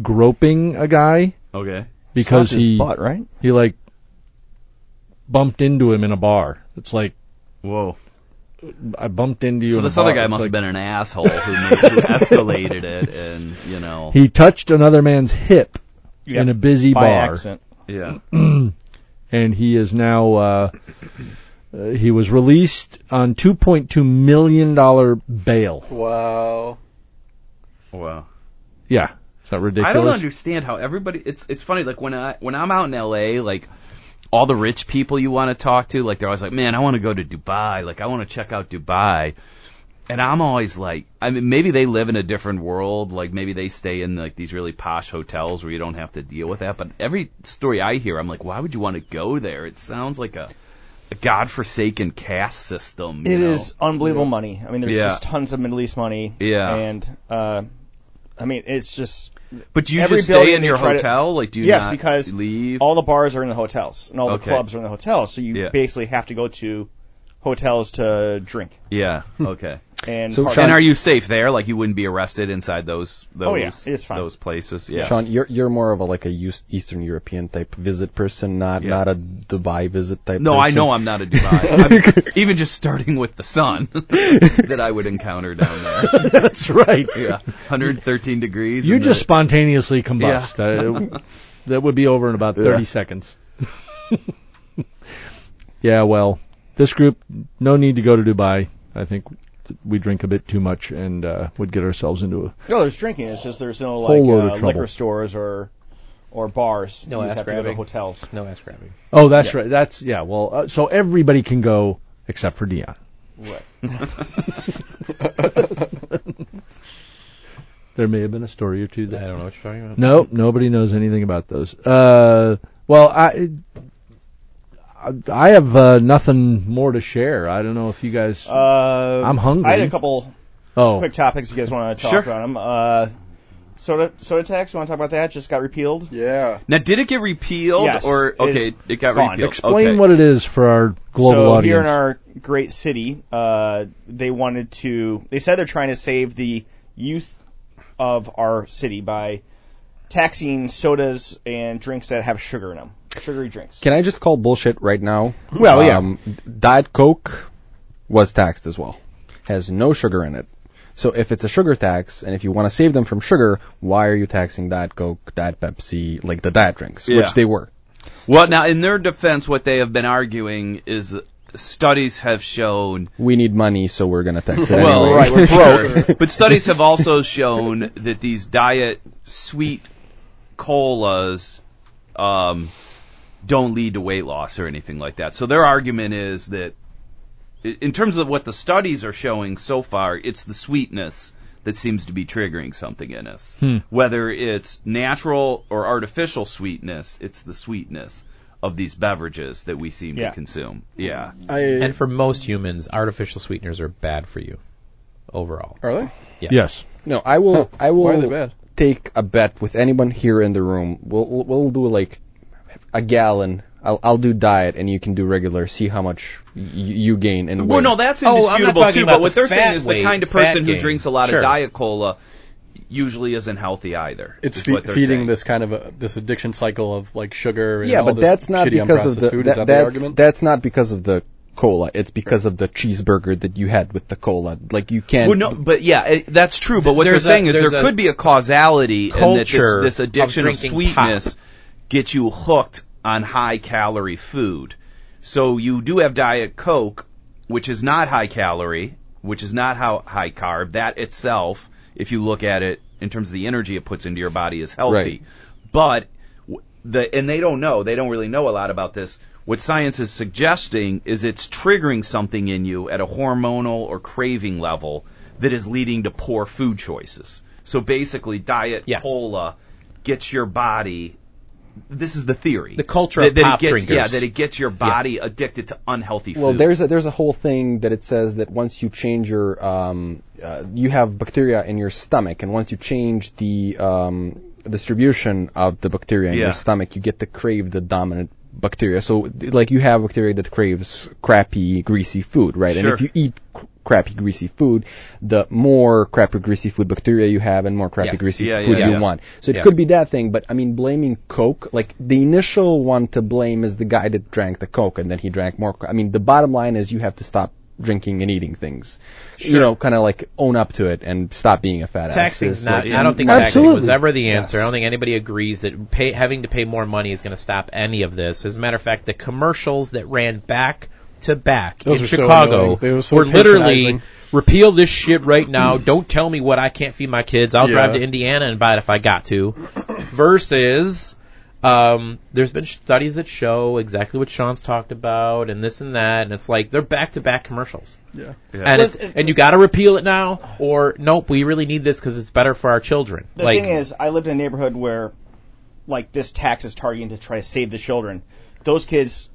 F: groping a guy
A: Okay.
F: because
E: Slapped his
F: he
E: butt, right?
F: he like bumped into him in a bar. It's like
A: Whoa.
F: I bumped into you.
A: So
F: in a
A: this other
F: bar.
A: guy
F: It's
A: must
F: like-
A: have been an asshole who, made, who escalated it, and you know,
F: He touched another man's hip in a busy
E: By
F: bar,
E: accident.
A: yeah.
F: and he is now uh,
G: Uh, he was released on 2.2 million dollar bail.
C: Wow.
A: Wow.
G: Yeah, is that ridiculous?
A: I don't understand how everybody. It's it's funny. Like when I when I'm out in L.A., like all the rich people you want to talk to, like they're always like, man, I want to go to Dubai. Like I want to check out Dubai. And I'm always like, I mean, maybe they live in a different world. Like maybe they stay in like these really posh hotels where you don't have to deal with that. But every story I hear, I'm like, why would you want to go there? It sounds like a, a godforsaken caste system. you
E: It is
A: know?
E: unbelievable money. I mean, there's
A: Yeah.
E: just tons of Middle East money.
A: Yeah.
E: And uh, I mean, it's just
A: But do you
E: every
A: just
E: building
A: stay in
E: they
A: your
E: try to-
A: hotel? like, do you
E: yes,
A: not
E: because
A: leave?
E: all the bars are in the hotels and all the
A: Okay.
E: clubs are in the hotels, so you
A: Yeah.
E: basically have to go to hotels to drink.
A: yeah. Okay.
E: And
H: So,
E: party.
H: Sean-
A: and are you safe there? Like you wouldn't be arrested inside those those
E: Oh, yeah, it's fine.
A: those places? Yeah.
H: Sean, you're you're more of a like a Eus- Eastern European type visit person, not
A: Yeah.
H: not a Dubai visit type.
A: No, I
H: person.
A: know I'm not a Dubai. I'm, even just starting with the sun that I would encounter down there.
G: That's right.
A: Yeah, 113 degrees.
G: You
A: and
G: just
A: the-
G: spontaneously combust. Uh, that would be over in about 30
H: Yeah.
G: seconds. yeah, well, this group, no need to go to Dubai. I think we drink a bit too much and uh, would get ourselves into a.
E: no, there's drinking. It's just there's no
G: Whole load
E: like
G: of
E: uh,
G: trouble.
E: liquor stores or or bars.
D: No
E: you just
D: ass
E: have to go to
D: grabbing.
E: hotels.
D: No ass grabbing.
G: Oh, that's right. That's, yeah, well, uh, so everybody can go except for Dion.
E: Right.
G: There may have been a story or two
D: I
G: there.
D: don't know what you're talking about.
G: No, nobody knows anything about those. Uh, well, I. I have uh, nothing more to share. I don't know if you guys.
E: Uh,
G: I'm hungry.
E: I had a couple
G: oh,
E: quick topics you guys want to talk
A: Sure.
E: about them. Uh, soda soda tax. You want to talk about that? Just got repealed.
C: Yeah.
A: now, did it get repealed
E: Yes,
A: or
E: it is
A: okay? It got
E: gone.
A: repealed.
G: Explain
A: okay.
G: what it is for our global
E: so
G: audience.
E: here in our great city, uh, they wanted to. They said they're trying to save the youth of our city by taxing sodas and drinks that have sugar in them, sugary drinks.
H: Can I just call bullshit right now? Um,
E: Well, yeah.
H: Diet Coke was taxed as well. Has no sugar in it. So if it's a sugar tax, and if you want to save them from sugar, why are you taxing Diet Coke, Diet Pepsi, like the diet drinks,
A: Yeah.
H: which they were?
A: Well, now in their defense, what they have been arguing is studies have shown
H: We need money, so we're gonna tax it
A: Well,
H: anyway.
A: right, we're broke. but studies have also shown that these diet sweet colas um, don't lead to weight loss or anything like that. So their argument is that, i- in terms of what the studies are showing so far, it's the sweetness that seems to be triggering something in us. Whether it's natural or artificial sweetness, it's the sweetness of these beverages that we seem
E: Yeah.
A: to consume. Yeah.
C: I
D: And for most humans, artificial sweeteners are bad for you overall.
C: are they?
D: Yes.
G: yes.
H: No, I will. I will
C: Why are they bad?
H: take a bet with anyone here in the room. We'll we'll- we'll do like a gallon. I'll I'll do diet, and you can do regular. See how much y- you gain in
A: Well,
H: weight.
A: no, that's
D: Oh, I'm not
A: indisputable
D: talking
A: too.
D: about
A: But what
D: the
A: they're saying
D: fat
A: is the
D: weight,
A: kind of
D: fat
A: person who
D: gain.
A: drinks a lot
D: Sure.
A: of diet cola usually isn't healthy either.
C: It's
A: is
C: fe-
A: what they're
C: feeding
A: saying.
C: this kind of a, this addiction cycle of like sugar. And
H: yeah,
C: all
H: but
C: this
H: that's not
C: shitty
H: because of
C: unprocessed
H: the
C: food. Is that
H: that,
C: the
H: that's
C: argument.
H: that's not because of the cola. It's because of the cheeseburger that you had with the cola. Like you can't.
A: Well, no, but yeah, it, that's true. But what
D: There's
A: they're saying
D: a-
A: is
D: there's
A: there
D: a
A: could be a causality in that
D: culture
A: this, this
D: of
A: addiction of,
D: drinking
A: sweetness gets you hooked on high calorie food. So you do have Diet Coke, which is not high calorie, which is not how high carb. That itself, if you look at it in terms of the energy it puts into your body, is healthy.
H: Right.
A: But w- the and they don't know. They don't really know a lot about this. What science is suggesting is it's triggering something in you at a hormonal or craving level that is leading to poor food choices. So basically, diet
D: Yes.
A: cola gets your body. This is the theory.
D: The culture
A: that,
D: of
A: that
D: pop
A: it gets,
D: drinkers.
A: Yeah, that it gets your body addicted to unhealthy food.
H: Well, there's a, there's a whole thing that it says that once you change your um, uh, you have bacteria in your stomach, and once you change the um, distribution of the bacteria in
A: Yeah.
H: your stomach, you get to crave the dominant bacteria. So, like, you have bacteria that craves crappy, greasy food, right? And
A: Sure.
H: if you eat cr- crappy, greasy food, the more crappy, greasy food bacteria you have, and more crappy,
D: Yes.
H: greasy
A: Yeah,
H: food
A: yeah,
H: you
A: yeah.
H: want. So it
A: Yes.
H: could be that thing, but I mean, blaming Coke, like the initial one to blame is the guy that drank the Coke and then he drank more. co- I mean, the bottom line is you have to stop drinking and eating things. You know, kind of like own up to it and stop being a fat ass.
D: Taxing's
H: It's
D: not.
H: like-
D: I don't think taxing
G: Absolutely.
D: was ever the answer. I don't think anybody agrees that pay, having to pay more money is going to stop any of this. As a matter of fact, the commercials that ran back to back
C: Those
D: in
C: were so
D: Chicago
C: annoying. They were so
D: were literally
C: patronizing.
D: repeal this shit right now. Don't tell me what I can't feed my kids. I'll drive
C: Yeah.
D: to Indiana and buy it if I got to. Versus, um, there's been studies that show exactly what Sean's talked about and this and that, and it's like they're back to back commercials.
C: Yeah.
D: And
E: Well,
D: it's,
E: it-
D: and you got to repeal it now, or nope, we really need this because it's better for our children.
E: The
D: like,
E: thing is, I lived in a neighborhood where, like, this tax is targeting to try to save the children. Those kids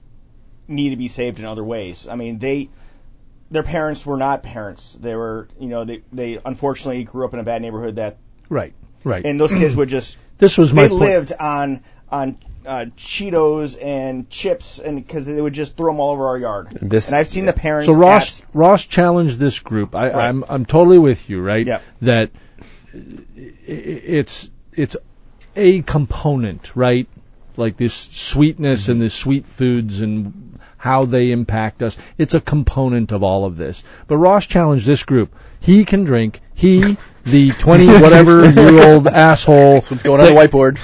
E: need to be saved in other ways. I mean, they, their parents were not parents. They were, you know, they they unfortunately grew up in a bad neighborhood that,
F: Right. Right.
E: and those kids would just
F: this was my
E: they
F: point.
E: lived on on uh, Cheetos and chips, and because they would just throw them all over our yard.
H: This-
E: and I've seen the parents.
F: So Ross
E: at-
F: Ross challenged this group. I, I'm I'm totally with you, right?
E: Yep.
F: That i- i- it's it's a component, right? Like this sweetness and the sweet foods and how they impact us. It's a component of all of this. But Ross challenged this group. He can drink. He, the twenty whatever year old asshole,
C: What's going on the whiteboard?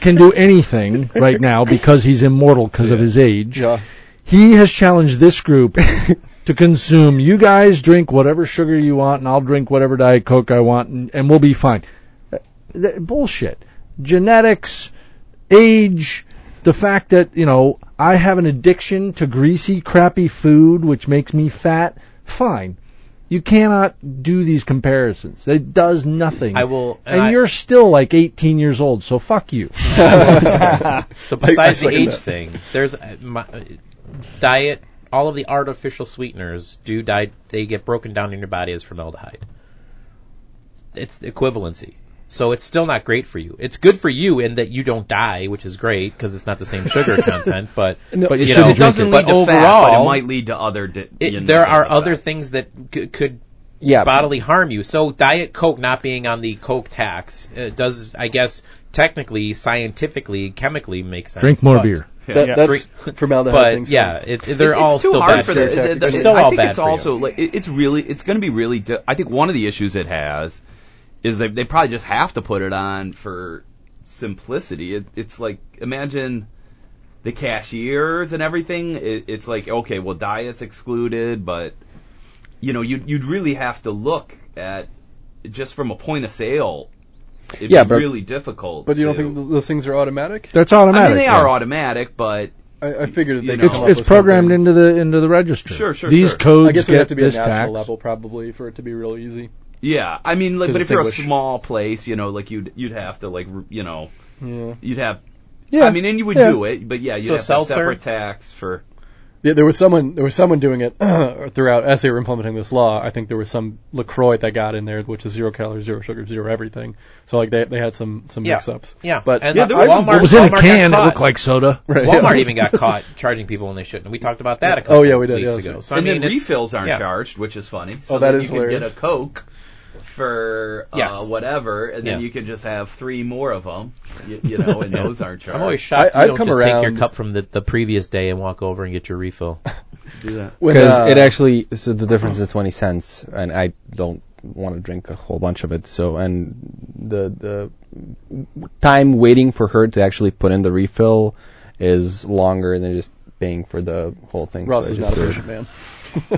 F: can do anything right now because he's immortal because of his age
C: Yeah.
F: he has challenged this group to consume. You guys drink whatever sugar you want, and I'll drink whatever Diet Coke I want, and, and we'll be fine. Uh, th- Bullshit. Genetics, age, the fact that, you know, I have an addiction to greasy, crappy food, which makes me fat. Fine. You cannot do these comparisons. It does nothing.
D: I will- and
F: And,
D: I-
F: you're still like 18 years old, so fuck you.
D: So besides the
C: second
D: age
C: that.
D: thing, there's uh, my, uh, diet. All of the artificial sweeteners do die. They get broken down in your body as formaldehyde. It's the equivalency. So it's still not great for you. It's good for you in that you don't die, which is great because it's not the same sugar content. But but you, know,
A: it doesn't lead
D: but
A: to
D: overall,
A: fat, but it might lead to other. Di-
D: it-
A: you know,
D: there are other
A: facts.
D: things that c- could
H: Yeah.
D: bodily harm you. So diet coke not being on the coke tax uh, does, I guess, technically, scientifically, chemically make sense.
F: Drink more
D: but-
F: beer.
C: That,
A: Yeah.
C: that's formaldehyde.
D: But
C: things.
D: yeah, it's, they're
A: It-
D: all
A: it's too
D: still
A: hard
D: bad
A: for
D: you.
A: the, the,
D: They're
A: the-
D: still
A: I
D: all
A: think
D: bad
A: it's
D: for you.
A: also like it, it's really it's going to be really. Di- I think one of the issues it has is they they probably just have to put it on for simplicity. It, it's like imagine the cashiers and everything. It, it's like okay, well diet's excluded, but you know you you'd really have to look at just from a point of sale. It'd
H: Yeah,
A: be
H: but-
A: really difficult.
C: But you don't
A: to-
C: think th- those things are automatic?
F: That's automatic.
A: I mean, they
F: yeah.
A: are automatic, but
C: I, I figured that
A: You
C: they
A: know.
C: could
F: It's,
C: come up
F: it's
C: with
F: programmed
C: something.
F: into the into the register.
A: Sure, sure,
F: These
A: sure.
F: codes
C: I guess it
F: get
C: would have to be a
F: this
C: national
F: tax.
C: level probably for it to be real easy.
A: Yeah, I mean, like,
C: To
A: but if you're a
C: distinguish.
A: small place, you know, like you'd you'd have to like r- you know
C: Yeah.
A: you'd have.
F: Yeah,
A: I mean, and you would
F: yeah.
A: do it, but yeah, you'd
D: So
A: have
D: seltzer?
A: to separate tax for.
C: Yeah, there was someone there was someone doing it throughout as they were implementing this law. I think there was some Lacroix that got in there, which is zero calories, zero sugar, zero everything. So like they they had some some
D: Yeah.
C: mix-ups.
D: Yeah.
C: but
D: And
C: yeah,
D: the-
C: there was
D: Walmart-
F: What was in
D: Walmart
F: a
D: got
F: can that
D: caught.
F: looked like soda?
C: Right, yeah.
D: Walmart even got caught charging people when they shouldn't. We talked about that a couple
C: Oh, yeah, we did,
D: weeks
C: yeah.
D: ago. So, I
A: and
D: mean,
A: then
D: it's-
A: refills aren't
D: yeah.
A: charged, which is funny. So
C: Oh, that
A: then
C: is
A: you could get a
C: hilarious.
A: Coke for uh,
D: Yes.
A: whatever, and then
D: Yeah.
A: you could just have three more of them, you, you know, and those aren't charged.
D: I'm always shocked
C: I-
D: you
C: I've
D: don't
C: come
D: just take your
C: around-
D: cup from the, the previous day and walk over and get your refill.
A: do that.
C: when,
H: Because
C: uh,
H: it actually, so the difference is 20 cents, and I don't want to drink a whole bunch of it. So, and the the time waiting for her to actually put in the refill is longer than just paying for the whole thing.
C: Ross
H: So I
C: is
H: just
C: not a
H: do it.
C: patient man.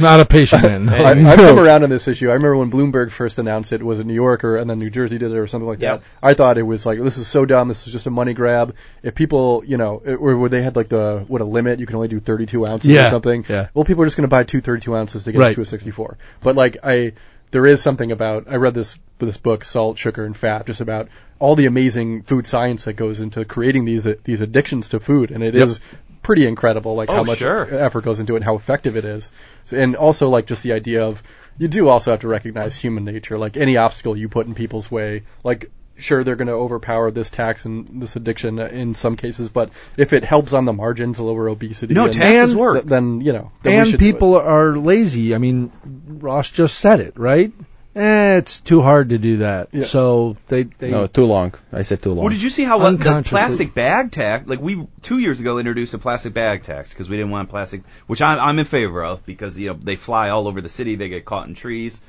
F: Not a patient man.
C: I, I've come around on this issue. I remember when Bloomberg first announced it was in New York or and then New Jersey did it or something like
D: Yeah.
C: that. I thought it was like this is so dumb. This is just a money grab. If people, you know, it, or where they had like the what a limit you can only do 32 ounces
F: Yeah,
C: or something.
F: yeah.
C: Well, people are just going to buy two 32 ounces to get
F: Right.
C: to a 64. But like I, there is something about I read this this book Salt, Sugar, and Fat just about all the amazing food science that goes into creating these these addictions to food, and it is pretty incredible. Like how
A: Oh,
C: much
A: sure.
C: effort goes into it and how effective it is. So, and also like just the idea of you do also have to recognize human nature. Like any obstacle you put in people's way, like sure they're going to overpower this tax and this addiction in some cases, but if it helps on the margin to lower obesity,
A: No,
C: and-
A: taxes
C: th-
A: work.
C: Then you know, then we
F: and
C: should do it.
F: people are lazy. I mean, Ross just said it, right? Eh, it's too hard to do that.
C: Yeah.
F: So they they
H: No, too long. I said too long.
A: Well, did you see how uh, the
F: Unconsciously.
A: plastic bag tax? Like we two years ago introduced a plastic bag tax because we didn't want plastic, which I'm, I'm in favor of because you know they fly all over the city, they get caught in trees.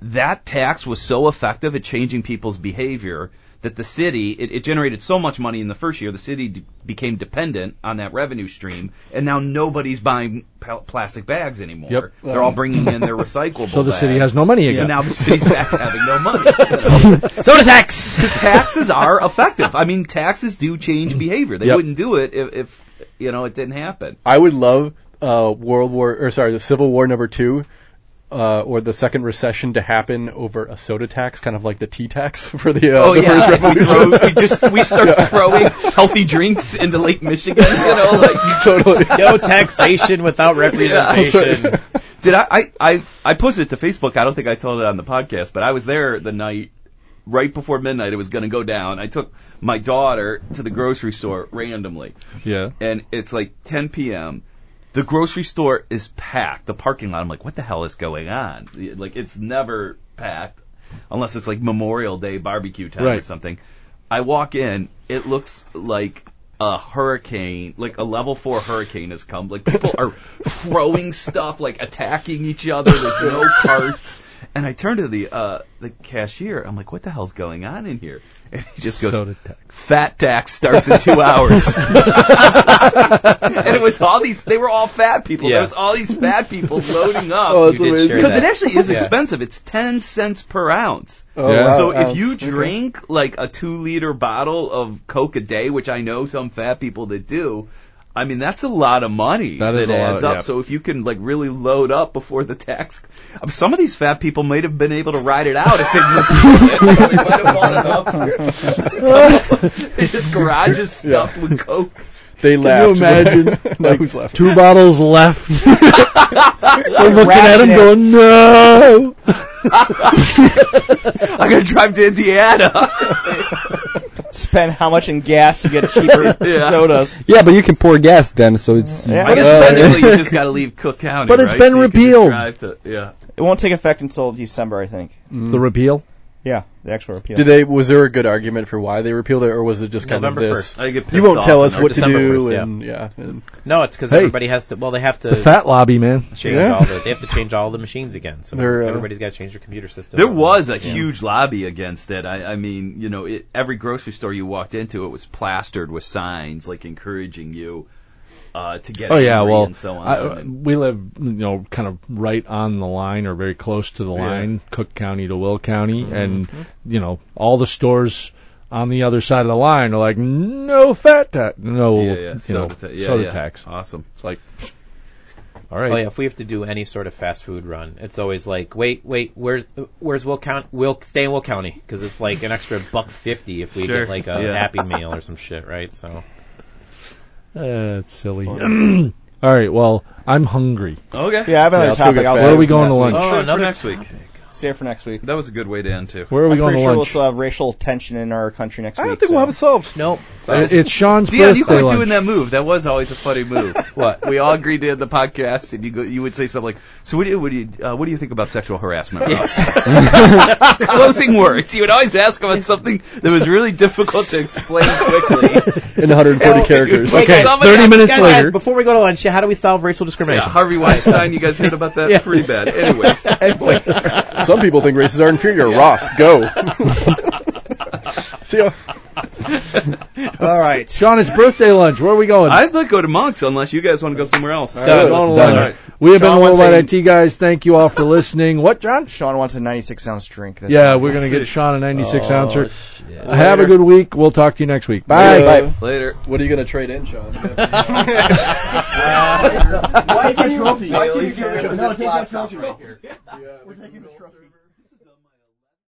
A: That tax was so effective at changing people's behavior that the city it, it generated so much money in the first year the city d- became dependent on that revenue stream and now nobody's buying pl- plastic bags anymore
F: Yep.
A: they're all bringing in their recyclable
F: So the city
A: bags.
F: has no money
A: so
F: again.
A: now the city's back to having no money
D: Soda tax.
A: because taxes are effective i mean taxes do change behavior they
F: Yep.
A: wouldn't do it if, if you know it didn't happen
C: I would love uh, World War or sorry, the Civil War number two. Uh, or the second recession to happen over a soda tax, kind of like the tea tax for the, uh,
A: Oh
C: the
A: yeah,
C: first
A: like we,
C: revolution.
A: throw, we just we start throwing healthy drinks into Lake Michigan. You know, like
C: totally.
D: No taxation without representation.
A: did I, I? I I posted it to Facebook. I don't think I told it on the podcast, but I was there the night right before midnight. It was going to go down. I took my daughter to the grocery store randomly,
F: yeah.
A: and it's like 10 p.m. The grocery store is packed. The parking lot. I'm like, what the hell is going on? Like it's never packed unless it's like Memorial Day barbecue time or
F: Right.
A: something. I walk in. It looks like a hurricane, like a level four hurricane has come. Like people are throwing stuff, like attacking each other. There's no carts. And I turn to the uh, the cashier. I'm like, what the hell's going on in here? And he just goes,
F: Soda tax.
A: fat tax starts in two hours. and it was all these, they were all fat people.
D: Yeah.
A: There was all these fat people loading up.
C: Oh,
D: You
C: that's
D: did
C: amazing.
D: share
A: because
D: that.
A: it actually is
D: Yeah.
A: expensive. It's 10 cents per ounce.
C: Oh,
F: Yeah.
C: wow,
A: so
C: wow.
A: if you
C: Okay.
A: drink like a two liter bottle of Coke a day, which I know some fat people that do, I mean, that's a lot of money
F: That is a lot,
A: adds up.
F: yeah.
A: So if you can like really load up before the tax, um, some of these fat people might have been able to ride it out if they knew. they might have bought enough. They just garages stuffed with Cokes.
C: they
F: Can you
C: laughed.
F: imagine
C: no, who's laughing?
F: two bottles left? We're looking at him
E: Ration it.
F: going, no.
A: I gotta drive to Indiana.
E: Spend how much in gas to get cheaper
A: Yeah.
E: sodas?
H: Yeah, but you can pour gas then, so it's
E: Yeah.
A: I guess
E: Uh,
A: technically you just gotta leave Cook County.
F: But it's
A: right?
F: been
A: So you could just
F: repealed.
A: drive to- yeah.
E: It won't take effect until December, I think.
F: The
A: Mm.
F: repeal.
E: Yeah, the actual repeal.
C: Did they? Was there a good argument for why they repealed it, or was it just kind
D: November
C: of this?
D: 1st.
A: I get pissed
C: You won't
A: off
C: tell
A: in
C: us
A: our
C: what to
D: December
C: do,
D: 1st, yeah.
C: and yeah, and-
D: No, it's because
F: Hey.
D: everybody has to. Well, they have to
F: The fat lobby, man.
D: change
C: Yeah.
D: all the. They have to change all the machines again. So
C: They're, uh,
D: everybody's got to change their computer system.
A: There was a
D: Yeah.
A: huge lobby against it. I, I mean, you know, it, every grocery store you walked into, it was plastered with signs like encouraging you uh, to get
F: Oh yeah,
A: angry
F: well,
A: and so on.
F: I, uh,
A: And-
F: we live, you know, kind of right on the line or very close to the line, Cook County to Will County,
A: Mm-hmm.
F: and you know, all the stores on the other side of the line are like, no fat tax, no,
A: yeah,
F: you
A: yeah,
F: know,
A: soda, ta- yeah,
F: soda
A: yeah. Oh,
F: tax.
A: Awesome.
F: It's like, all right,
D: Oh yeah, if we have to do any sort of fast food run, it's always like, wait, wait, where's where's Will County? Will stay in Will County because it's like an extra buck fifty if we
A: Sure.
D: get like a
A: Yeah.
D: Happy Meal or some shit, right? So
F: Uh, it's silly. all right, well, I'm hungry.
A: Okay.
E: Yeah, I have another
C: Yeah, let's go
E: topic.
C: get
E: I'll
C: fat.
E: save
F: Where are we
E: for
F: going
E: next
F: to
E: week.
F: lunch?
A: Oh,
D: Oh, another
A: next week.
E: Save it for next week.
A: That was a good way to end too.
F: Where are we
E: I'm
F: going
E: pretty
F: to
E: sure
F: lunch?
E: we'll still have racial tension in our country next
A: I
E: week.
A: don't think we'll
E: so-
A: have it solved.
D: nope.
F: It- Eh, it's Sean's
A: Dion, you
F: birthday
A: quit
F: lunch.
A: doing that move. That was always a funny move.
D: What?
A: We all agreed to end the podcast, and you go, you would say something like, "So what do you what do you, uh, what do you think about sexual harassment?" Ross?" Closing words. You would always ask about something that was really difficult to explain quickly.
C: and 140
A: So-
C: characters.
A: Wait,
F: Okay,
A: Somebody-
F: thirty minutes
D: Guys,
F: later.
D: before we go to lunch, yeah, how do we solve racial
A: Yeah,
D: discrimination?
A: Harvey Weinstein. You guys heard about that?
D: Yeah.
A: Pretty bad. Anyways,
C: Some people think races are inferior. Ross, go. See ya.
D: All right.
F: Sean, it's birthday lunch. Where are we going?
A: I'd like go to Monk's unless you guys want to go somewhere else.
F: We're
D: Done.
F: going to
H: Done.
F: lunch. We have
E: Sean
F: been
E: wants
F: Worldwide IT guys. Thank you all for listening. What, John?
E: Sean wants a 96 ounce drink. That's
F: Yeah, we're going to get Sean a 96 ouncer.
D: Oh, shit.
F: Oh, Have a
E: Later.
F: good week. We'll talk to you next week. Bye.
C: Bye.
E: Bye.
A: Later.
C: Uh, What are you gonna trade in, Sean?
E: Why
C: Take your trophy.
E: Why can't you get rid of
C: No,
E: this
C: take that
E: laptop?
C: trophy. We're taking the trophy.